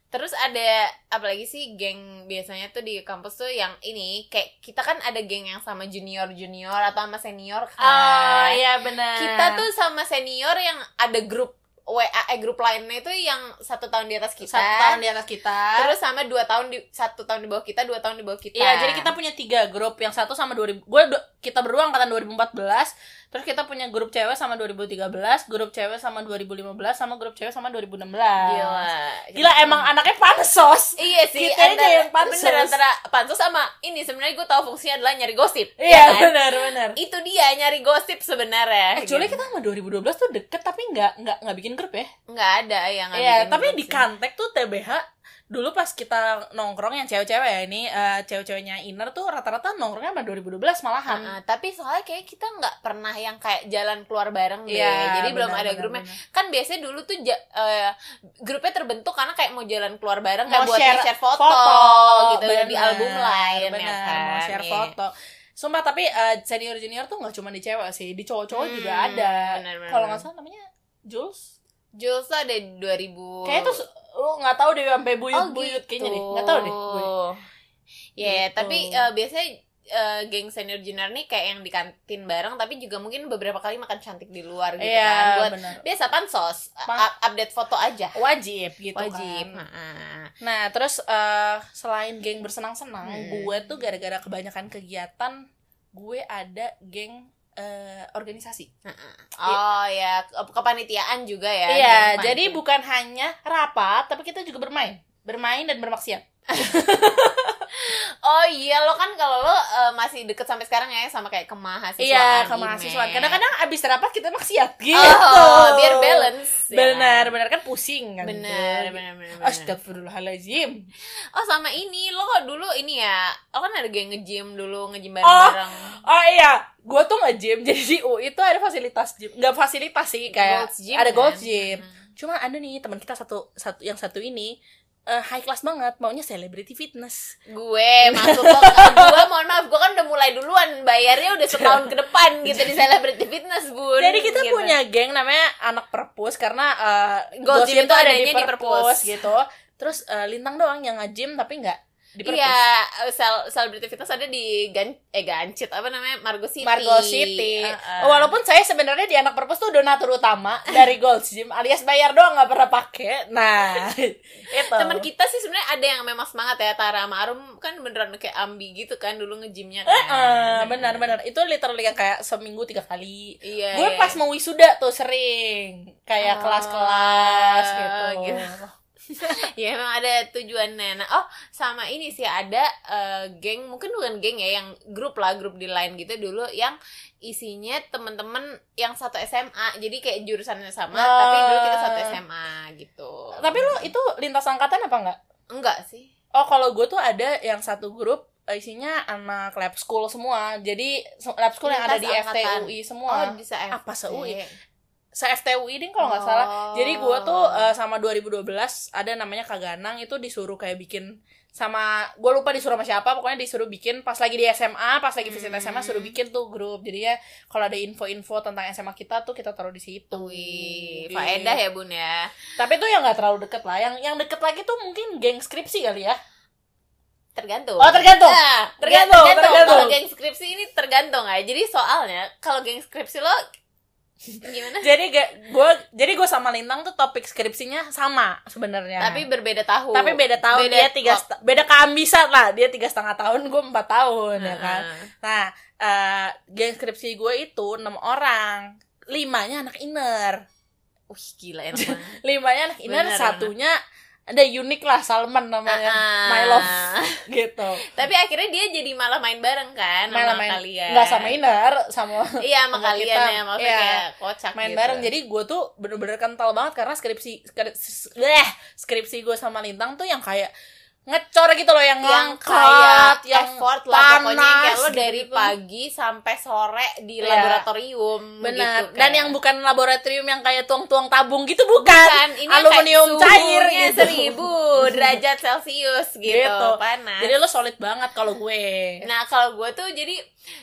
terus ada apalagi sih geng biasanya tuh di kampus tuh yang ini kayak kita kan ada geng yang sama junior junior atau sama senior kan
Oh, iya benar.
kita tuh sama senior yang ada grup WA eh, grup lainnya itu yang satu tahun di atas kita
satu tahun di atas kita.
terus sama dua tahun di satu tahun di bawah kita dua tahun di bawah kita
Iya, jadi kita punya tiga grup. Yang satu sama 2000. Gue kita berdua angkatan 2014. Terus kita punya grup cewek sama 2013, grup cewek sama 2015, sama grup cewek sama 2016.
gila
Gila emang anaknya pansos.
iya sih
Kita aja yang pansus.
bener, antara pansus sama ini sebenarnya gue tahu fungsinya adalah nyari gosip
Iya,
kan?
benar benar.
itu dia nyari gosip sebenarnya
Actually
Gitu.
kita sama 2012 tuh deket tapi nggak nggak nggak bikin grup ya.
nggak ada yang
Iya, tapi di Kantek tuh TBH dulu pas kita nongkrong yang cewek-cewek ya ini eh, cewek-ceweknya inner tuh rata-rata nongkrongnya sama 2012 malahan.
tapi soalnya kayak kita nggak pernah yang kayak jalan keluar bareng deh
Iya,
jadi belum
benar,
ada
benar,
grupnya
benar.
kan biasanya dulu tuh ja- eh, grupnya terbentuk karena kayak mau jalan keluar bareng kayak
Mau
buat
share
share foto, gitu di
benar,
album lain ya
benar,
kan?
mau share
Iya.
foto. Sumpah tapi eh, senior junior tuh nggak cuma di cewek sih, di cowok-cowok
Hmm,
juga ada.
benar, benar,
Kalau nggak
benar.
salah namanya Jules.
Jules tuh ada 2000
Kayaknya tuh lu nggak tahu deh sampai buyut-buyut
gitu.
kayaknya deh. Nggak tahu deh. gue.
Oh, Iya, Ya,
Gitu.
tapi eh, biasanya eh, geng senior junior nih kayak yang di kantin bareng tapi juga mungkin beberapa kali makan cantik di luar gitu
Iya,
kan buat
benar.
biasa pansos a-
Pan-
up- update foto aja
Wajib gitu
wajib
kan.
Heeh.
Nah, terus eh, selain geng bersenang-senang,
Hmm.
gue tuh gara-gara kebanyakan kegiatan, gue ada geng eh, organisasi.
oh ya ke- kepanitiaan juga ya
Iya,
geng
jadi
panti.
bukan hanya rapat, tapi kita juga bermain. Bermain dan bermaksiat.
oh iya lo kan kalau lo eh, masih deket sampai sekarang ya sama kayak kemahasiswaan
Iya, ke
Ime.
mahasiswaan. Kadang-kadang abis rapat kita maksiat gitu.
oh, biar balance ya.
Benar, benar kan pusing kan.
benar
gitu.
benar benar benar.
Astagfirullahaladzim.
Oh sama ini lo kok dulu ini ya lo kan ada geng nge-gym dulu nge-gym
Oh.
bareng-bareng
Oh iya, gue tuh nge-gym. (laughs) Jadi di UI itu ada fasilitas gym. Nggak fasilitas sih, kayak
Gold's Gym,
ada
kan?
gold gym.
Hmm.
Cuma ada nih teman kita satu satu yang satu ini eh, high class banget, maunya celebrity fitness.
Gue maksud lo eh, gue mohon maaf gue kan udah mulai duluan bayarnya udah setahun ke depan gitu di Celebrity Fitness bun
Jadi kita
Gitu.
punya geng namanya anak perpus karena eh,
Gold
gym
Gym itu adanya di perpus.
gitu. Terus eh, lintang doang yang nge-gym tapi nggak di perpus.
Iya, eh, sel Celebrity Fitness ada di gan eh gancit apa namanya Margo City.
Margo City. Oh,
Heeh.
Walaupun saya sebenarnya di anak perpus tuh donatur utama dari Gold Gym alias bayar doang nggak pernah pakai.
(laughs)
Nah, itu.
teman kita sih sebenarnya ada yang memang semangat ya Tara sama Arum kan beneran kayak ambi gitu kan dulu ngejimnya
Eh,
kan.
benar-benar itu literally yang kayak seminggu tiga kali.
Iya.
gue
iya.
pas mau wisuda tuh sering kayak
Ah,
kelas-kelas gitu.
gitu. ya emang ada tujuannya nah oh sama ini sih ada eh, geng mungkin bukan geng ya yang grup lah grup di lain gitu dulu yang isinya temen-temen yang satu SMA jadi kayak jurusannya sama
Ah.
tapi dulu kita satu SMA gitu
Tapi lu itu lintas angkatan apa enggak?
enggak sih
Oh, kalau gue tuh ada yang satu grup eh, isinya anak lab school semua. Jadi se- lab school yang ada
Lintas
di
angkatan.
FTUI semua.
oh bisa FT.
Apa se-UI? Se FTUI deh kalau nggak salah.
Oh.
Jadi gue tuh eh, sama 2012 ada namanya Kaganang itu disuruh kayak bikin sama gue lupa disuruh sama siapa pokoknya disuruh bikin pas lagi di SMA pas lagi visit
Hmm.
SMA suruh bikin tuh grup jadinya kalau ada info-info tentang SMA kita tuh kita taruh di situ.
Wih,
Gitu.
faedah ya bun ya
Tapi tuh yang nggak terlalu deket lah. Yang yang deket lagi tuh mungkin geng skripsi kali ya.
tergantung
Oh tergantung.
Nah,
Tergantung,
tergantung.
tergantung.
Kalau geng skripsi ini tergantung ya. Jadi soalnya kalau geng skripsi lo gimana?
(laughs) Jadi gue jadi gue sama Lintang tuh topik skripsinya sama sebenarnya.
Tapi berbeda tahun.
Iya. tapi beda tahun dia tiga
kok.
seta- beda keambisan lah dia tiga setengah tahun gue empat tahun ya kan.
Heeh.
Nah eh geng skripsi gue itu enam orang limanya anak inner
Wih, gila enak banget.
(laughs) limanya anak inner
Bener,
satunya ada unik lah Salman namanya
Ah.
my love (laughs) gitu
Tapi akhirnya dia jadi malah main bareng kan
malah
sama
main
kalian.
nggak sama Indar sama
(laughs) Iya, sama
sama
kalian
kita.
ya maksudnya
Iya.
kayak kocak
main
gitu.
bareng jadi gue tuh bener-bener kental banget karena skripsi skri- s- bleh, skripsi gue sama Lintang tuh yang kayak ngecor gitu loh yang,
yang
ngangkat
kayak
yang
effort lah pokoknya yang kayak lo
panas,
dari
gitu.
pagi sampai sore di
Iya.
laboratorium
benar
gitu,
dan
kayak.
yang bukan laboratorium yang kayak tuang-tuang tabung gitu bukan,
Bukan, Kan ini
aluminium
kayak
cair
suhunya
gitu.
seribu derajat celcius gitu,
Gitu.
panas
jadi lo solid banget kalau gue
Nah kalau gue tuh jadi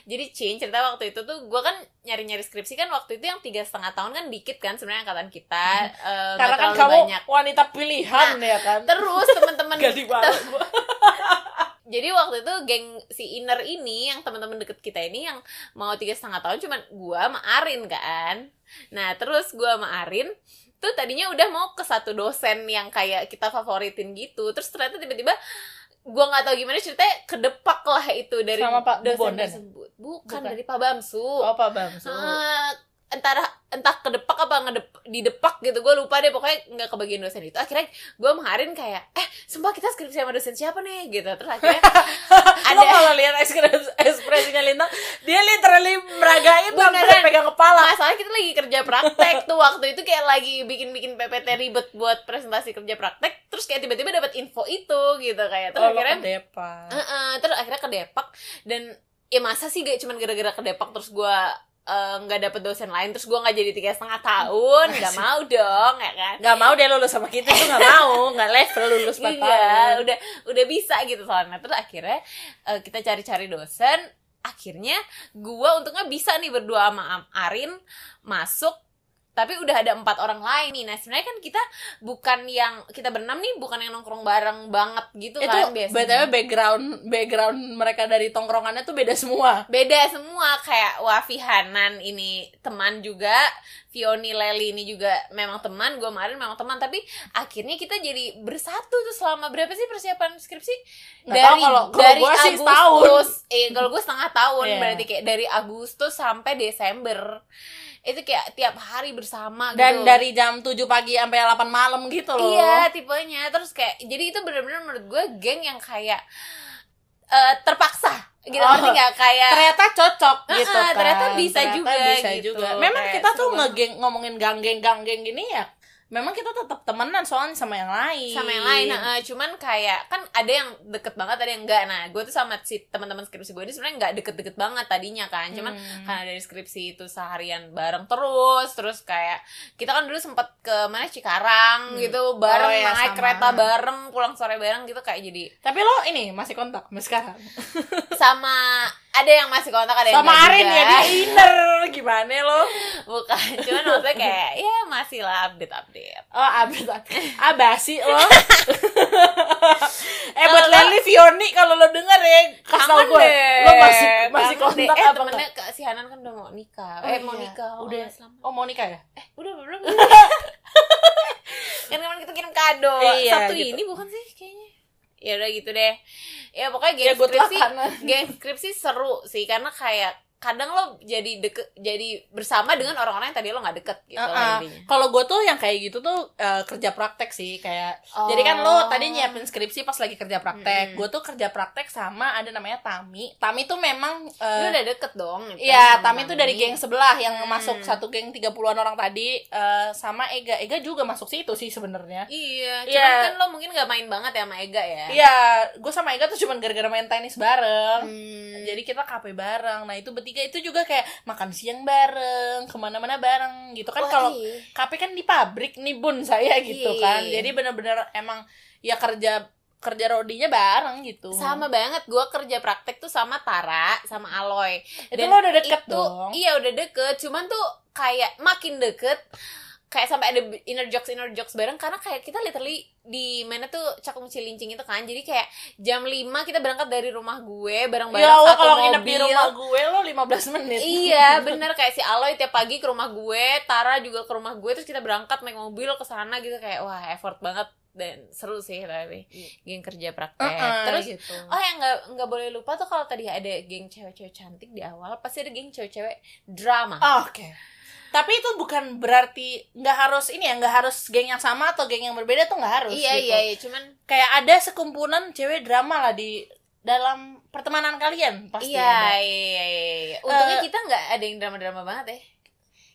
jadi cin cerita waktu itu tuh gue kan nyari nyari skripsi kan waktu itu yang tiga setengah tahun kan dikit kan sebenarnya angkatan kita eh,
karena
nggak
kan
terlalu
kamu
banyak. Nah,
wanita pilihan ya kan
Terus
(laughs)
teman-teman
Gak banget gue
jadi waktu itu geng si inner ini yang teman-teman deket kita ini yang mau tiga setengah tahun cuman gue sama Arin kan. Nah terus gue sama Arin tuh tadinya udah mau ke satu dosen yang kayak kita favoritin gitu. Terus ternyata tiba-tiba gue nggak tahu gimana ceritanya kedepak lah itu dari
Sama Pak
dosen
Bondan?
tersebut. Bukan,
Bukan.
dari Pak Bamsu.
oh pak Bamsu
Eh, entah entah kedepak apa ngedep didepak gitu gue lupa deh pokoknya nggak kebagian dosen itu akhirnya gue mengharin kayak eh sumpah kita skripsi sama dosen siapa nih gitu terus akhirnya
(laughs) lo
ada
kalau lihat ekspres- ekspresinya Lintang dia literally meragain sampai
Beneran.
pegang kepala
masalah kita lagi kerja praktek tuh waktu itu kayak lagi bikin bikin ppt ribet buat presentasi kerja praktek terus kayak tiba-tiba dapat info itu gitu kayak terus
Oh, lo
akhirnya Eh.
ke Depa.
Heeh, terus akhirnya ke Depak dan ya masa sih gak cuman gara-gara ke Depak terus gua eh, nggak dapet dosen lain terus gua nggak jadi tiga setengah tahun nggak mau dong ya kan
Gak mau deh lulus sama kita tuh gak mau Gak level lulus 4
Iya,
tahun
udah udah bisa gitu soalnya. Terus akhirnya eh, kita cari-cari dosen, akhirnya gua untungnya bisa nih berdua sama Am- Arin masuk tapi udah ada empat orang lain nih. Nah sebenarnya kan kita bukan yang kita berenam nih bukan yang nongkrong bareng banget gitu
Itu
kan biasanya.
BTW background background mereka dari tongkrongannya tuh beda semua
beda semua kayak Wafi Hanan ini teman juga Vioni Leli ini juga memang teman gue kemarin memang teman tapi akhirnya kita jadi bersatu tuh selama berapa sih persiapan skripsi
Nggak tahu, kalau- kalau gua sih setahun.
eh kalau gue setengah tahun
Iya.
berarti kayak dari Agustus sampai Desember itu kayak tiap hari bersama
Dan
gitu.
dari jam 7 pagi sampai 8 malam gitu loh
Iya, tipenya. Terus kayak jadi itu bener-bener menurut gue geng yang kayak eh, terpaksa gitu
Oh.
ngerti nggak kayak
Ternyata cocok gitu
Ah,
kan
ternyata bisa
Ternyata
juga
bisa
gitu.
juga Memang
Kayak
kita tuh
seru banget.
ngegeng ngomongin gang-geng-gang-geng gini ya Memang kita tetap temenan soalnya sama yang lain
sama yang lain nah, eh, cuman kayak kan ada yang deket banget ada yang enggak nah gue tuh sama si teman-teman skripsi gue ini sebenarnya nggak deket-deket banget tadinya kan cuman
Hmm.
karena dari skripsi itu seharian bareng terus terus kayak kita kan dulu sempat ke mana Cikarang gitu bareng
Oh, iya, sama.
naik kereta bareng pulang sore bareng gitu kayak jadi (laughs)
Tapi lo ini masih kontak sampai sekarang
sama ada yang masih kontak ada yang
Sama
nggak
Arin
juga.
ya dia inner Gimana lo
(laughs) bukan cuman maksudnya kayak ya masih lah update update
Oh, abis abasi lo.
(laughs)
eh buat
Kalau-
Leli Vioni kalau lo denger ya, kasih tau gue. Lo masih masih
Kangen deh.
kontak
eh,
apa
temennya
enggak?
Kak si Hanan kan udah mau
Oh,
nikah eh mau
iya.
nikah oh,
Udah.
selamat.
Oh, mau nikah ya?
Eh, udah belum? (laughs) kan kemarin kita kirim kado.
Iya,
Sabtu
gitu.
ini bukan sih kayaknya. Ya udah gitu deh. Ya pokoknya geng
Ya, good luck,
skripsi, (laughs)
Hana.
geng skripsi seru sih karena kayak kadang lo jadi deket jadi bersama dengan orang-orang yang tadi lo nggak deket gitu
Heeh.
lah intinya.
Kalau gue tuh yang kayak gitu tuh eh, kerja praktek sih kayak.
Oh.
Jadi kan lo tadi nyiapin skripsi pas lagi kerja praktek.
Mm-mm.
Gue tuh kerja praktek sama ada namanya Tami. Tami tuh memang eh,
Lo udah deket dong. gitu,
Iya,
sama
Tami itu dari geng sebelah yang
Hmm.
masuk satu geng 30-an orang tadi eh, sama Ega. Ega juga masuk situ sih sebenarnya. Iya.
Iya, cuman kan lo mungkin gak main banget ya sama Ega ya.
Iya, gue sama Ega tuh cuman gara-gara main tenis bareng.
Hmm.
Jadi kita kafe bareng. Nah, itu bertiga itu juga kayak makan siang bareng, kemana-mana bareng gitu kan.
Wah,
Kalau
iya.
kafe kan di pabrik nih bun saya gitu
Iya.
kan. Jadi bener-bener emang ya kerja kerja rodinya bareng gitu.
sama banget gue kerja praktek tuh sama Tara sama Aloy
Itu lo udah deket
itu,
dong.
iya udah deket cuman tuh kayak makin deket kayak sampai ada inner jokes inner jokes bareng karena kayak kita literally di mana tuh cakung cilincing itu kan jadi kayak jam 5 kita berangkat dari rumah gue bareng-bareng
Ya Allah
satu
kalau
mobil
nginep di rumah gue lo 15 menit.
Iya bener kayak si Aloy tiap pagi ke rumah gue, Tara juga ke rumah gue terus kita berangkat naik mobil ke sana gitu kayak wah effort banget dan seru sih tapi geng kerja praktek.
Heeh,
Terus
gitu.
oh yang nggak nggak boleh lupa tuh Oh, kalau tadi ada geng cewek-cewek cantik di awal pasti ada geng cewek-cewek drama.
Oke. tapi itu bukan berarti nggak harus ini ya nggak harus geng yang sama atau geng yang berbeda tuh nggak harus
iya
gitu.
iya iya cuman
kayak ada sekumpulan cewek drama lah di dalam pertemanan kalian pasti ada.
iya, iya iya iya untungnya
Eh,
kita nggak ada yang drama-drama banget ya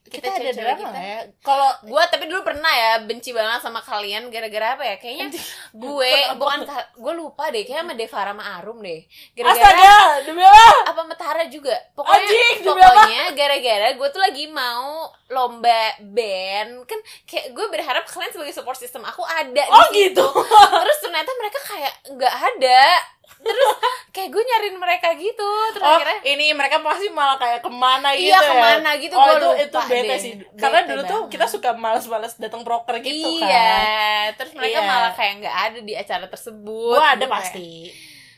kita, ada
kita cewek-cewek
drama
kita.
ya kalau
gue tapi dulu pernah ya benci banget sama kalian gara-gara apa ya kayaknya gue
Kenapa?
bukan gue lupa deh kayaknya sama Devara sama Arum deh gara-gara
astaga demi Allah
apa Metara juga pokoknya
Anjing, demi
pokoknya gara-gara gue tuh lagi mau lomba band kan kayak gue berharap kalian sebagai support system aku ada
oh
di situ.
gitu
(laughs) terus ternyata mereka kayak nggak ada terus kayak gue nyariin mereka gitu terus
oh
akhirnya
ini mereka pasti malah kayak kemana gitu
Iya,
ya.
kemana gitu,
oh
gua
itu
lupa
itu bete
deh.
sih karena
Bete
dulu tuh
banget.
kita suka malas-malas datang proker gitu
iya
kan
terus mereka
Iya.
malah kayak nggak ada di acara tersebut
gue ada
Gua kayak-
pasti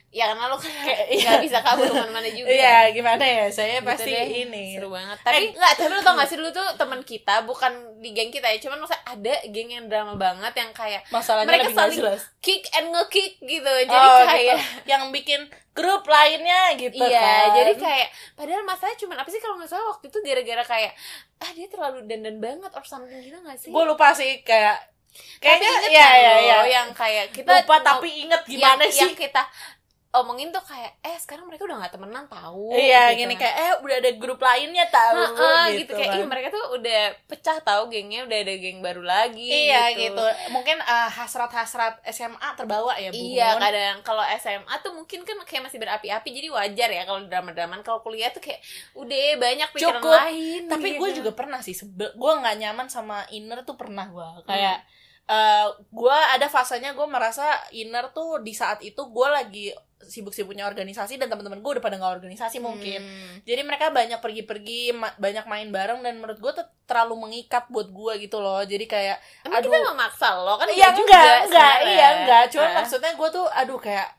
ya karena lo kan
Kayak, iya.
nggak bisa kabur kemana-mana
(laughs)
juga
Iya, gimana ya? Saya
Gitu
pasti
deh.
ini.
seru banget
Eh,
tapi nggak tapi lo tau gak sih dulu tuh teman kita bukan di geng kita ya cuman maksudnya ada geng yang drama banget yang kayak
Masalahnya
Mereka
lebih nggak
saling-
jelas.
kick and ngekick gitu jadi
Oh, gitu.
(laughs) kayak
yang bikin grup lainnya gitu
iya
kan.
jadi kayak padahal masalahnya cuman apa sih kalau nggak salah waktu itu gara-gara kayak ah dia terlalu dandan banget or something gitu gak sih
gue lupa sih kayak
tapi
kayaknya
inget
ya
kan
ya
lo
ya
yang kayak kita
lupa
mau-
tapi inget gimana
yang,
sih
yang kita omongin tuh kayak eh sekarang mereka udah gak temenan tahu
iya
gitu
gini
kan.
kayak eh udah ada grup lainnya tahu
Heeh, gitu,
gitu,
kayak
kan.
ih mereka tuh udah pecah tau gengnya udah ada geng baru lagi
iya gitu mungkin eh, hasrat-hasrat SMA terbawa ya bu
iya kadang kalau SMA tuh mungkin kan kayak masih berapi-api jadi wajar ya kalau drama-draman kalau kuliah tuh kayak udah banyak pikiran
Cukup.
lain
tapi
gitu.
gue juga pernah sih sebe- gue nggak nyaman sama inner tuh pernah gue
Hmm.
kayak eh, gue ada fasenya gue merasa inner tuh di saat itu gue lagi sibuk-sibuknya organisasi dan teman-teman gue udah pada nggak organisasi mungkin
Hmm.
jadi mereka banyak pergi-pergi ma- banyak main bareng dan menurut gue tuh terlalu mengikat buat gue gitu loh jadi kayak
Emang kita
Aduh.
nggak maksa lo kan
Iya
nggak juga
enggak, enggak,
sebenarnya.
iya enggak. Cuma
Hah?
maksudnya gue tuh, aduh kayak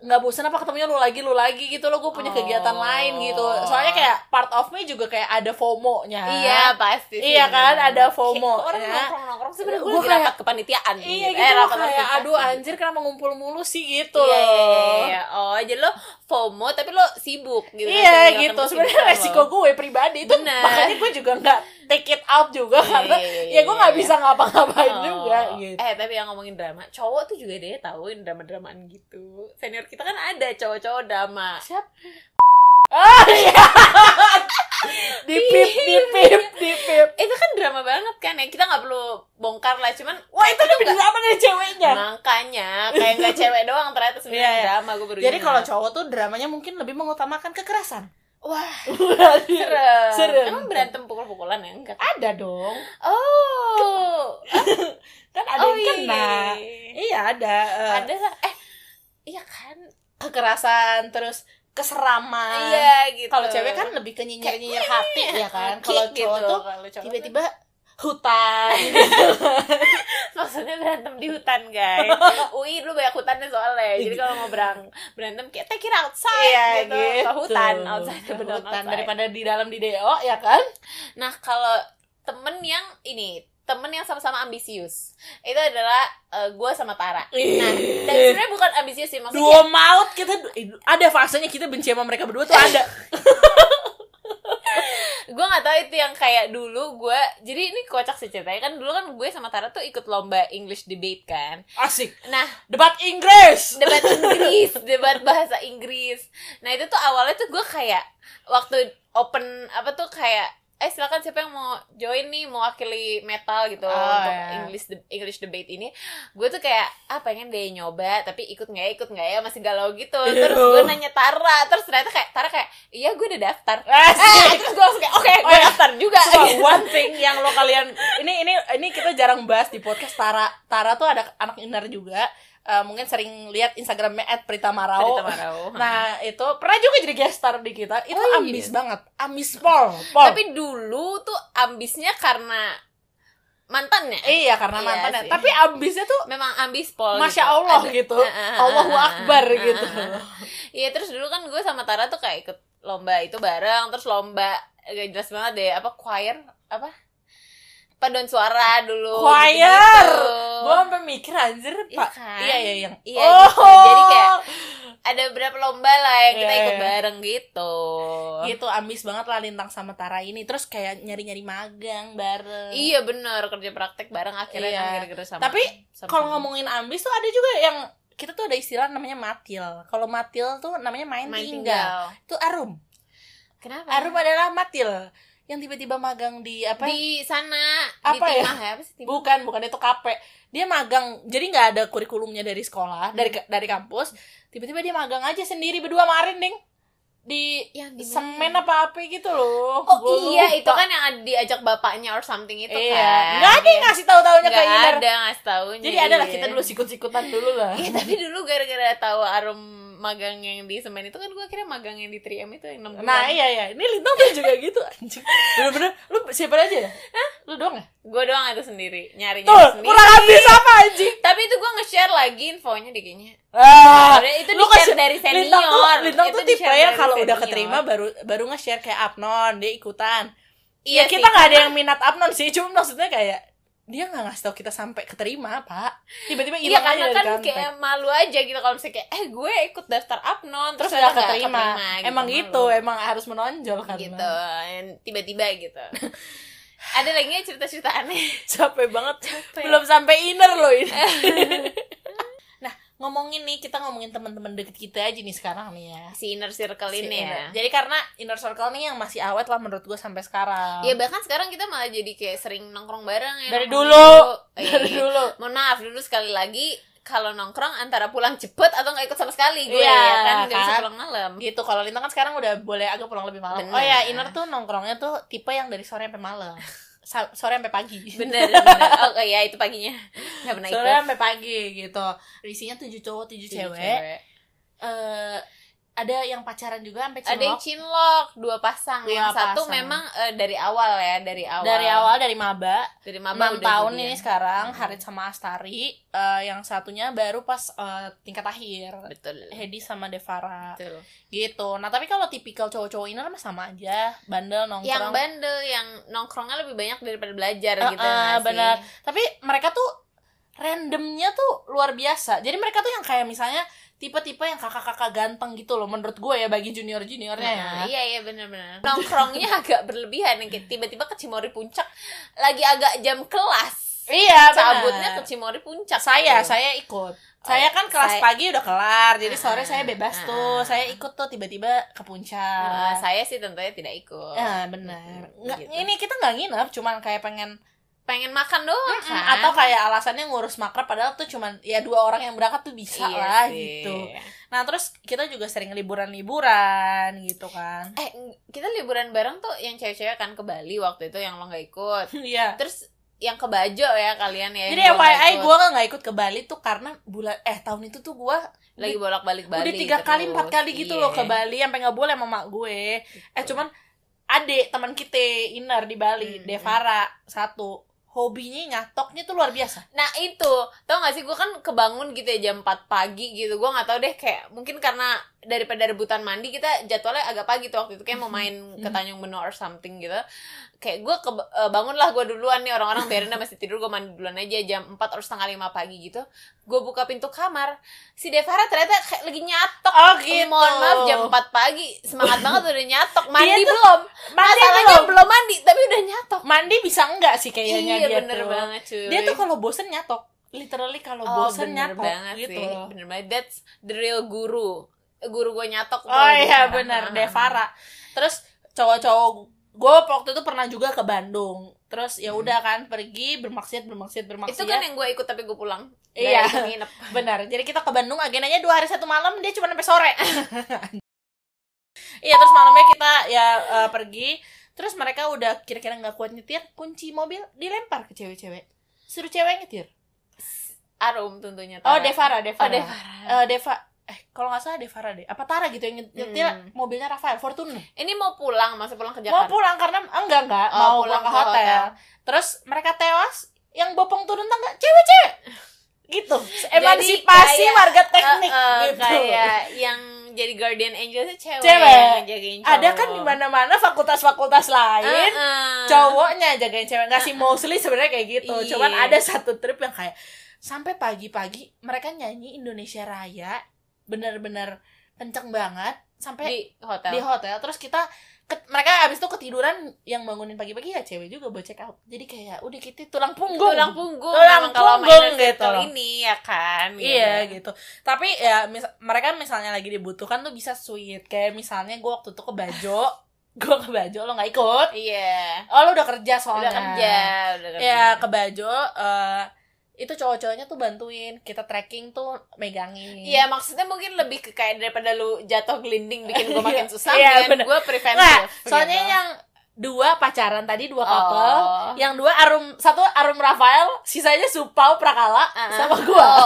nggak bosan apa ketemunya lu lagi lu lagi gitu loh gue punya kegiatan
Oh.
lain gitu soalnya kayak part of me juga kayak ada FOMO nya
Iya pasti sih.
Iya kan, ada FOMO,
Kayak orang
ya.
nongkrong-nongkrong sih bener
Gua
gue lagi
kayak-
rapat kepanitiaan
iya gitu
Eh,
loh
rapat
kayak
organisasi.
aduh anjir kenapa ngumpul mulu sih gitu
Iya,
loh
iya, iya, iya. Oh, jadi lo FOMO tapi lo sibuk gitu. kan,
Iya
sambil
gitu
ngelakuin
sebenarnya
kesibukan
resiko
lo.
gue pribadi itu
Bener.
makanya gue juga nggak take it out juga
Iya,
karena
iya,
ya
iya,
gue nggak
iya.
bisa ngapa-ngapain
Oh.
juga gitu
Eh, tapi yang ngomongin drama, cowok tuh juga dia tahuin drama-dramaan gitu. Senior kita kan ada cowok-cowok drama.
siap ah iya (laughs) dipip
(laughs)
dipip dipip
Itu kan drama banget kan ya. Kita nggak perlu bongkar lah, cuman
wah itu lebih drama dari ceweknya
Nah, makanya kayak nggak cewek doang ternyata sebenarnya
Iya, iya.
drama gue baru
Jadi
ingat.
kalau cowok tuh dramanya mungkin lebih mengutamakan kekerasan.
wah
Waduh.
serem.
Serem.
Emang berantem pukul-pukulan ya? Enggak.
ada dong.
Oh.
Kan ada
oh
yang kena.
iya.
Iya ada. eh,
Ada lah. Eh, iya kan?
kekerasan terus keseraman.
Iya gitu.
Ah, Kalau cewek kan lebih ke nyinyir-nyinyir hati (laughs) ya kan. Kalau
Kick
cowok
gitu.
tuh
Kalau cowok Iya,
tiba-tiba
(laughs)
hutan.
tuh- maksudnya berantem di
(laughs)
hutan, guys. UI dulu banyak hutannya soalnya. Jadi kalau mau berang berantem kayak take it outside
iya
gitu.
gitu.
Ke hutan outside
Ke
beneran
hutan
outside.
daripada di dalam di DO ya kan?
Nah, kalau temen yang ini temen yang sama-sama ambisius itu adalah gue sama Tara. Nah, dan
Iya.
sebenarnya bukan ambisius sih maksudnya
Duo maut kita ada fasenya kita benci sama mereka berdua tuh ada.
(laughs) gue nggak tahu itu yang kayak dulu gue jadi ini kocak sih ceritanya kan dulu kan gue sama Tara tuh ikut lomba English debate kan
Asik.
nah
Debat Inggris.
debat Inggris debat bahasa Inggris nah itu tuh awalnya tuh gue kayak waktu open apa tuh kayak eh silakan siapa yang mau join nih mewakili metal gitu
Oh,
untuk
iya.
English de- English debate ini gue tuh kayak ah pengen deh nyoba tapi ikut nggak ya ikut nggak ya masih galau gitu terus
Ew.
gue nanya Tara terus ternyata kayak Tara kayak iya gue udah daftar
(laughs) Asik.
eh terus gue langsung kayak oke
Oh,
gue
iya.
daftar juga
Cuma
gitu.
one thing yang lo
(laughs)
kalian ini ini ini kita jarang bahas di podcast Tara Tara tuh ada anak inner juga Eh, mungkin sering lihat Instagramnya at Prita Marao.
Cerita Marau.
Nah itu pernah juga jadi guest star di kita itu
Oh, iya.
ambis banget ambis pol pol.
tapi dulu tuh ambisnya karena mantannya
iya karena
Iya
mantannya.
sih.
Tapi ambisnya tuh
memang ambis pol
masya
gitu.
Allah
Ada-
gitu,
Ah, ah, ah,
Allahu
ah, ah,
Akbar
ah, ah,
gitu.
ah. iya terus dulu kan gue sama Tara tuh kayak ikut lomba itu bareng terus lomba gak jelas banget deh apa choir apa paduan suara dulu
Choir!
gitu-gitu.
Gue sampe mikir anjir
Iya
pak
kan?
Iya iya yang
Iya, gitu. Jadi kayak ada berapa lomba lah yang kita
Iya,
ikut
iya.
bareng gitu.
Gitu ambis banget lah Lintang sama Tara ini Terus kayak nyari-nyari magang bareng
Iya bener kerja praktek bareng akhirnya
Iya.
akhir-akhir sama.
Tapi
sama-
Kalau ngomongin ambis tuh ada juga yang Kita tuh ada istilah namanya matil Kalau matil tuh namanya main,
main
tinggal.
tinggal.
Itu arum
Kenapa?
Arum adalah matil Yang tiba-tiba magang di apa
di sana
Apa
di
ya?
timah ya? Apa sih timah?
Bukan, bukan itu kape. Dia magang, jadi nggak ada kurikulumnya dari sekolah, dari
Hmm.
dari kampus. Tiba-tiba dia magang aja sendiri berdua kemarin, Ding. Di
Yang di mana?
semen apa apa gitu loh.
Oh
Gua lupa.
iya, itu kan yang ada- diajak bapaknya or something itu
Iya.
kan.
Nggak ada yang ngasih tahu-tahunya ke
Nggak
Inar.
ada ngasih taunya.
Jadi adalah
iya.
kita dulu sikut-sikutan dulu lah.
(laughs) Iya, tapi dulu gara-gara tahu arum magang yang di semen itu kan gue kira magang yang di 3M itu yang 6 bulan.
Nah iya iya, ini Lintang tuh juga gitu anjing. Bener-bener, lu siapa aja ya? Hah? Lu doang ya?
Gue doang itu sendiri, nyari
Tuh,
nyari Ya, sendiri.
kurang habis apa anjing?
Tapi itu gue nge-share lagi infonya deh kayaknya.
Ah,
Udah, Nah, itu
lu
di-share
kasih-
dari senior.
Lintang tuh, Lintang
Itu
tuh tipe
di-share
ya
dari
kalau udah
senior.
keterima baru baru nge-share kayak Apnon, dia ikutan.
Iya
Iya,
sih,
kita nggak ada yang minat Apnon sih, cuma maksudnya kayak dia nggak ngasih tau kita sampai keterima, Pak. Tiba-tiba
Iya
hilang aja
karena
dari
kan
kontak.
kayak malu aja gitu kalau misalnya kayak eh gue ikut daftar abnon
terus
terus
nggak
ternyata nggak
keterima.
keterima,
Emang
malu.
gitu, ya kan? emang harus menonjol karena.
gitu and tiba-tiba gitu (laughs) ada lagi nggak cerita-cerita aneh
Capek banget.
Capek.
Belum sampai inner loh ini. (laughs) nah, ngomongin nih kita ngomongin teman-teman deket kita aja nih sekarang nih ya.
si inner circle
Si
ini
inner.
ya
Jadi karena inner circle nih yang masih awet lah menurut gue sampai sekarang.
ya bahkan sekarang kita malah jadi kayak sering nongkrong bareng ya
Dari
nongkrong
dulu.
Eh,
(laughs) Dari dulu.
mohon maaf dulu sekali lagi kalau nongkrong antara pulang cepet atau nggak ikut sama sekali gue
Iya,
ya kan nggak bisa
kan?
pulang malam
gitu kalau Lintang kan sekarang udah boleh agak pulang lebih malam
Bener.
oh ya Inner tuh nongkrongnya tuh tipe yang dari sore sampai malam Sa- sore sampai pagi
(laughs)
(laughs)
bener bener oh iya itu paginya nggak pernah
sore
ikut
sampai pagi gitu isinya tujuh cowok Nah, tujuh,
Jadi
cewek, Eh, ada yang pacaran juga sampai
ada yang
cinlok
cinlok dua pasang
Dua
yang
pasang.
satu memang eh, dari awal ya dari awal
dari awal dari maba
dari maba
enam
udah
tahun
jadian.
ini sekarang
Hmm.
Harit sama Astari Eh, yang satunya baru pas eh, tingkat akhir
betul
Hedi sama Devara
betul
gitu nah tapi kalau tipikal cowok-cowok Inner mah sama aja bandel nongkrong
yang bandel yang nongkrongnya lebih banyak daripada belajar
Eh,
gitu ya
eh,
nggak sih?
benar. tapi mereka tuh randomnya tuh luar biasa jadi mereka tuh yang kayak misalnya tipe-tipe yang kakak-kakak ganteng gitu loh menurut gue ya bagi junior juniornya ya
Nah, iya iya benar-benar nongkrongnya (laughs) agak berlebihan yang kayak tiba-tiba ke Cimory Puncak lagi agak jam kelas
iya benar.
cabutnya ke Cimory Puncak
saya
Tuh. Oh,
saya ikut saya kan kelas
saya-
pagi udah kelar jadi
Ah,
sore saya bebas
ah.
tuh saya ikut tuh tiba-tiba ke
Nah,
puncak
saya sih tentunya tidak ikut
ya benar
Mm,
Nggak,
gitu.
ini kita nggak nginep cuman kayak pengen
pengen makan doang
mm,
kan?
atau kayak alasannya ngurus makrab padahal tuh cuman ya dua orang yang berangkat tuh bisa
Iya
lah
sih.
gitu Nah terus kita juga sering liburan-liburan gitu kan (laughs)
eh kita liburan bareng tuh yang cewek-cewek kan ke Bali waktu itu yang lo nggak ikut
Iya
terus yang ke Bajo ya kalian ya yang
Jadi
lo nggak
FYI
ikut.
gue gak, nggak ikut ke Bali tuh karena bulan eh tahun itu tuh gue
lagi bolak-balik Bali
udah tiga
terus.
kali empat kali gitu
Iya.
loh ke Bali sampai nggak boleh sama mak gue eh cuman adek teman kita Inar di Bali
Gitu. Hmm.
Devara satu hobinya nyatoknya tuh luar biasa
nah itu tau gak sih gue kan kebangun gitu ya jam 4 pagi gitu gue nggak tahu deh kayak mungkin karena daripada rebutan mandi kita jadwalnya agak pagi tuh waktu itu
Mm-hmm.
kayak mau main ke Tanjung Benoa or something gitu kayak gue ke, eh, bangun lah gue duluan nih
(laughs)
orang-orang biarin dah masih tidur gue mandi duluan aja jam 4 atau setengah lima pagi gitu gue buka pintu kamar si Devara ternyata kayak lagi nyatok
Oh, gitu.
mohon maaf jam 4 pagi semangat banget udah nyatok mandi
Dia tuh-
belum
mandi
masalahnya
belum
belum. mandi tapi udah nyatok
mandi bisa enggak sih kayaknya
iya
dia
bener
tuh
banget cuy
dia tuh kalau bosen nyatok literally kalau
oh,
bosen
bener
nyatok
banget
gitu
sih
loh.
bener banget that's the real guru guru gue nyatok
Oh
tuh lagi
iya
sekarang.
benar
Ah. (laughs)
Devara. Terus cowok-cowok gue waktu itu pernah juga ke Bandung. Terus ya udah kan pergi bermaksud bermaksud bermaksud.
itu kan yang gue ikut tapi gue pulang Nggak
Iya.
ikut nginep
benar. Jadi kita ke Bandung agendanya dua hari satu malam dia cuma sampai
(laughs)
sore. Iya terus malamnya kita ya eh, pergi. Terus mereka udah kira-kira nggak kuat nyetir, kunci mobil dilempar ke cewek-cewek. Suruh cewek nyetir.
arum tentunya
Oh
Tara.
Devara, Devara.
oh Devara
Eh, Deva eh kalau nggak salah Devara deh. Apa Tara gitu yang nyetir
Hmm.
mobilnya Rafael Fortuner.
ini mau pulang masa pulang ke
mau
Jakarta
pulang karena ah, enggak enggak
Oh,
mau pulang
pulang
ke
ke
hotel.
hotel.
terus mereka tewas yang bopong turun tangga cewek-cewek gitu
(laughs) Jadi
emansipasi
kayak,
warga teknik
Eh, eh,
gitu
kayak yang jadi guardian angelnya cewek,
Cewek.
yang jagain cowok. Eh,
ada kan di mana-mana fakultas-fakultas lain
Heeh.
cowoknya jagain cewek nggak sih mostly sebenarnya kayak gitu
Eh, Iya.
cuman ada satu trip yang kayak sampai pagi-pagi mereka nyanyi Indonesia Raya bener-bener kenceng banget sampai di,
di hotel.
hotel terus kita ke- mereka abis itu ketiduran yang bangunin pagi-pagi ya cewek juga buat check out jadi kayak udah kita tulang punggung
Tulang punggung.
Tulang
memang kalau sama
punggung
inner circle
gitu.
Ini ya kan.
Iya gitu. Tapi ya mis- mereka misalnya lagi dibutuhkan tuh bisa sweet. Kayak misalnya gue waktu itu ke Bajo, (laughs) gue ke Bajo lo nggak ikut.
Iya.
Oh lo udah kerja soalnya.
Udah kerja, udah kerja.
Ya ke Bajo. eh, itu cowok-cowoknya tuh bantuin kita trekking tuh megangin.
Iya maksudnya mungkin lebih ke kayak daripada lu jatuh gelinding bikin (laughs) gue makin susah,
Iya, bener.
mendingan gue preventif.
Nggak, soalnya
gitu.
yang dua pacaran tadi dua couple.
Oh.
Yang dua Arum satu Arum Rafael, sisanya Supau Prakala
Uh-uh.
sama gue.
(laughs)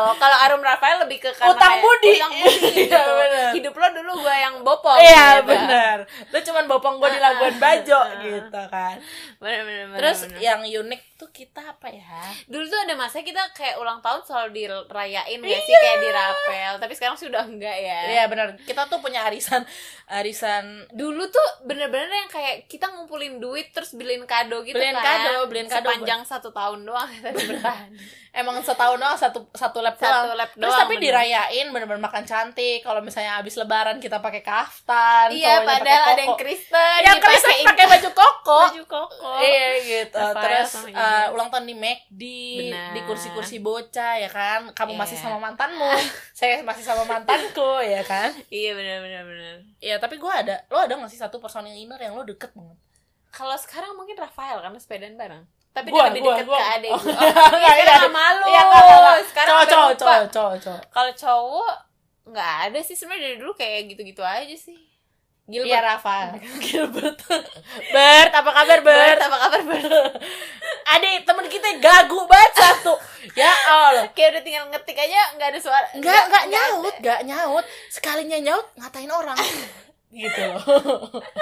Oh, kalau Arum Rafael lebih ke karena
Utang
kayak
budi.
utang (laughs) budi gitu.
Iya, bener.
Hidup lo dulu gue yang bopong.
(laughs) Iya
gitu. Ah,
bener Lu cuman bopong gue di Labuan Bajo gitu kan
Bener, bener, bener,
Terus
bener.
yang unik tuh kita apa ya?
dulu tuh ada masa kita kayak ulang tahun selalu dirayain gak sih kayak dirapel, tapi sekarang sih udah enggak ya.
Iya benar. Kita tuh punya arisan arisan
Dulu tuh bener-bener yang kayak kita ngumpulin duit terus beliin kado gitu
Beliin
kan.
kado, beliin kado.
Sepanjang satu tahun doang (laughs) kita bertahan.
emang setahun doang satu satu lap
Satu
doang.
lap
Terus
doang,
tapi
bener.
dirayain bener-bener makan cantik. Kalau misalnya abis lebaran kita pakai kaftan, kan cowoknya
Iya, padahal
pakai
ada yang
koko.
Kristen,
yang Kristen
dipakein
pakai baju koko.
baju koko.
Iya gitu.
Rafael
Terus
sama
eh,
Yuni.
ulang tahun di McD,
Benar.
di kursi-kursi bocah ya kan. Kamu
Iya.
masih sama
(laughs)
mantanmu, saya masih sama mantanku ya kan.
Iya benar-benar benar.
Iya, tapi gua ada lo ada gak sih satu personil inner yang lo deket banget?
Kalau sekarang mungkin Rafael karena sepedaan bareng. Tapi
Gua,
dia lebih
gua,
dekat
gua.
ke adek.
Oh. (laughs)
Oh, iya,
Iya,
sekarang sama lu.
Iya, nggak, nggak, nggak.
Sekarang
Cowok,
udah
cowok,
lupa.
cowok, cowok, cowok.
Kalau cowok nggak ada sih sebenarnya dari dulu kayak gitu-gitu aja sih.
Iya
Gilbert.
Rafa Gilbert Bert apa kabar
Bert,
Bert
apa kabar
(laughs)
Bert?
Adik temen kita gagu banget
(laughs)
satu Ya Allah
Kayak udah tinggal ngetik aja nggak ada suara.
Nggak, nggak
nggak ada.
nyaut, nggak nyaut Sekalinya nyaut ngatain
(laughs)
orang Gitu loh (laughs)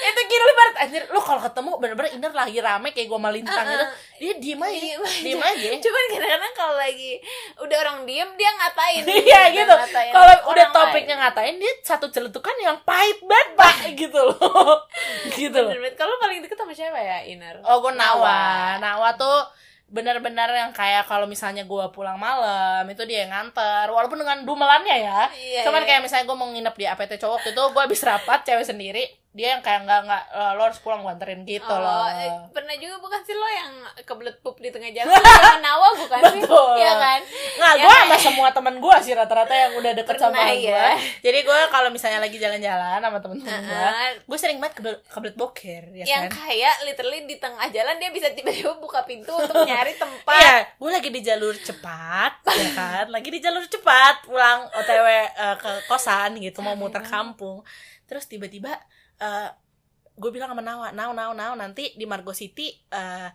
Itu Gilbert Anjir, lo kalau ketemu bener-bener inner lagi rame Kayak gua malintang
Uh-uh.
gitu Dia diem aja
Diem aja.
Diem aja
Cuman kadang-kadang kalau lagi udah orang diem dia ngatain.
(laughs) Iya
Dia
gitu
ngatain
Kalau
orang
udah
lain.
topiknya ngatain Dia satu celetukan yang pahit banget pak Gitu loh (laughs) Gitu loh
Bener banget. Kalau paling deket sama siapa ya, Inar?
Oh gue Nawa Nawa tuh benar-benar yang kayak kalau misalnya gue pulang malam itu dia yang nganter walaupun dengan dumelannya ya
Iya,
cuman
iya.
kayak misalnya gue mau nginep di APT cowok itu gue habis rapat cewek sendiri dia yang kayak nggak nggak "Eh, lo harus pulang gue anterin gitu loh
eh, pernah juga bukan sih lo yang kebelet pup di tengah jalan
(laughs)
sama Nawa bukan sih?
Betul.
Iya kan?
Nah,
Ya,
gue
kan?
sama semua temen gue sih rata-rata yang udah deket sama
Pernah,
gue.
ya.
Jadi gue kalau misalnya lagi jalan-jalan sama temen-temen gue,
Heeh.
gue sering banget kebelet, kebelet boker, ya
yang
kan?
kayak literally di tengah jalan dia bisa tiba-tiba buka pintu untuk nyari tempat.
Iya, gue lagi di jalur cepat, ya kan? Lagi di jalur cepat, pulang OTW eh, ke kosan gitu, mau muter kampung. Terus tiba-tiba eh, gue bilang sama Nawa, Nawa, Nawa, Nawa, nanti di Margo City eh,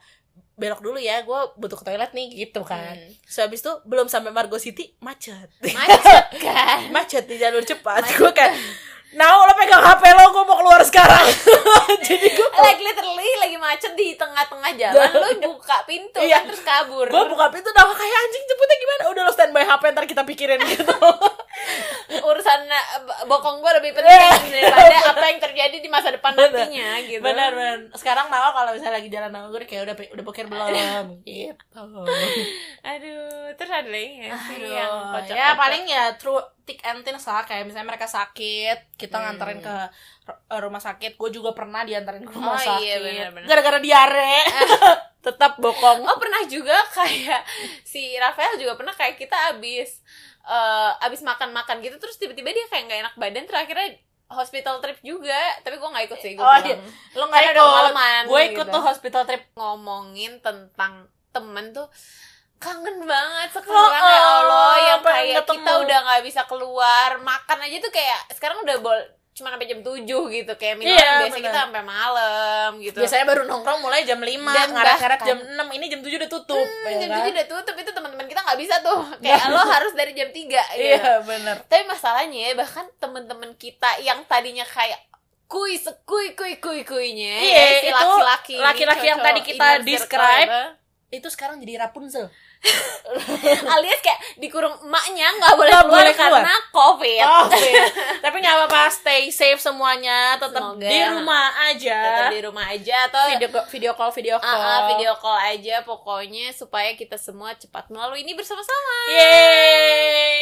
belok dulu ya, gue butuh ke toilet nih, gitu kan.
Hmm.
So habis itu belum sampai Margo City macet,
Macet kan?
(laughs) macet di jalur cepat. Gue kayak Nawa lo pegang HP lo, gue mau keluar sekarang. (laughs) Jadi gue
Like literally lagi macet di tengah-tengah jalan lu buka pintu
Iya.
kan, terus kabur.
gue buka pintu, Nawa kayak anjing jemputnya gimana? Udah lo standby HP ntar kita pikirin gitu.
Urusan eh, b- bokong gua lebih penting daripada apa yang terjadi di masa depan
Iya. Bener.
nantinya gitu.
benar benar sekarang Nawa kalau misalnya lagi jalan sama gue kayak udah udah boker belum (laughs) gitu
Aduh, terus ada lagi nggak sih yang
Aduh,
kocak?
ya paling ya through thick and thin lah kayak misalnya mereka sakit kita nganterin ke ru- eh, rumah sakit gue juga pernah dianterin ke rumah
Oh,
sakit
iya, benar-benar.
gara-gara (laughs) diare tetap bokong
Oh pernah juga (laughs) kayak si Rafael juga pernah kayak kita abis eh, abis makan-makan gitu terus tiba-tiba dia kayak nggak enak badan terakhirnya hospital trip juga tapi gue nggak ikut sih gue
Oh, iya.
pulang.
lo nggak
Karena udah
ikut
kemalaman,
gue ikut
gitu.
tuh hospital trip
ngomongin tentang temen tuh kangen banget
Oh,
sekarang ya Allah yang
pengen
kayak
ketemu.
kita udah nggak bisa keluar makan aja tuh kayak sekarang udah bol cuma sampai jam 7 gitu kayak minimal
Iya,
biasanya
benar.
kita sampai malam gitu
biasanya baru nongkrong mulai jam 5
Dan
ngarak-ngarak
bahkan-
jam 6 ini jam 7 udah tutup ya
jam
kan?
7 udah tutup itu teman-teman kita nggak bisa
(laughs)
tuh kayak lo harus dari jam 3 gitu.
iya benar
Tapi masalahnya ya bahkan temen-temen kita yang tadinya kayak kui sekui kui kui kuinya
Iya,
si
itu
laki-laki ini,
laki-laki yang
cowok-cowok
tadi kita (laughs)
inner circle
describe.
itu.
itu sekarang jadi Rapunzel
alias kayak dikurung emaknya nggak boleh
Nggak
keluar
boleh keluar.
karena covid
Oh, iya. Tapi nggak apa-apa, stay safe semuanya, tetap
Semoga.
di rumah aja.
(laughs) tetap di rumah aja atau
video video call video
Ah,
call.
ah, video call aja pokoknya supaya kita semua cepat melalui ini bersama-sama
Yeay.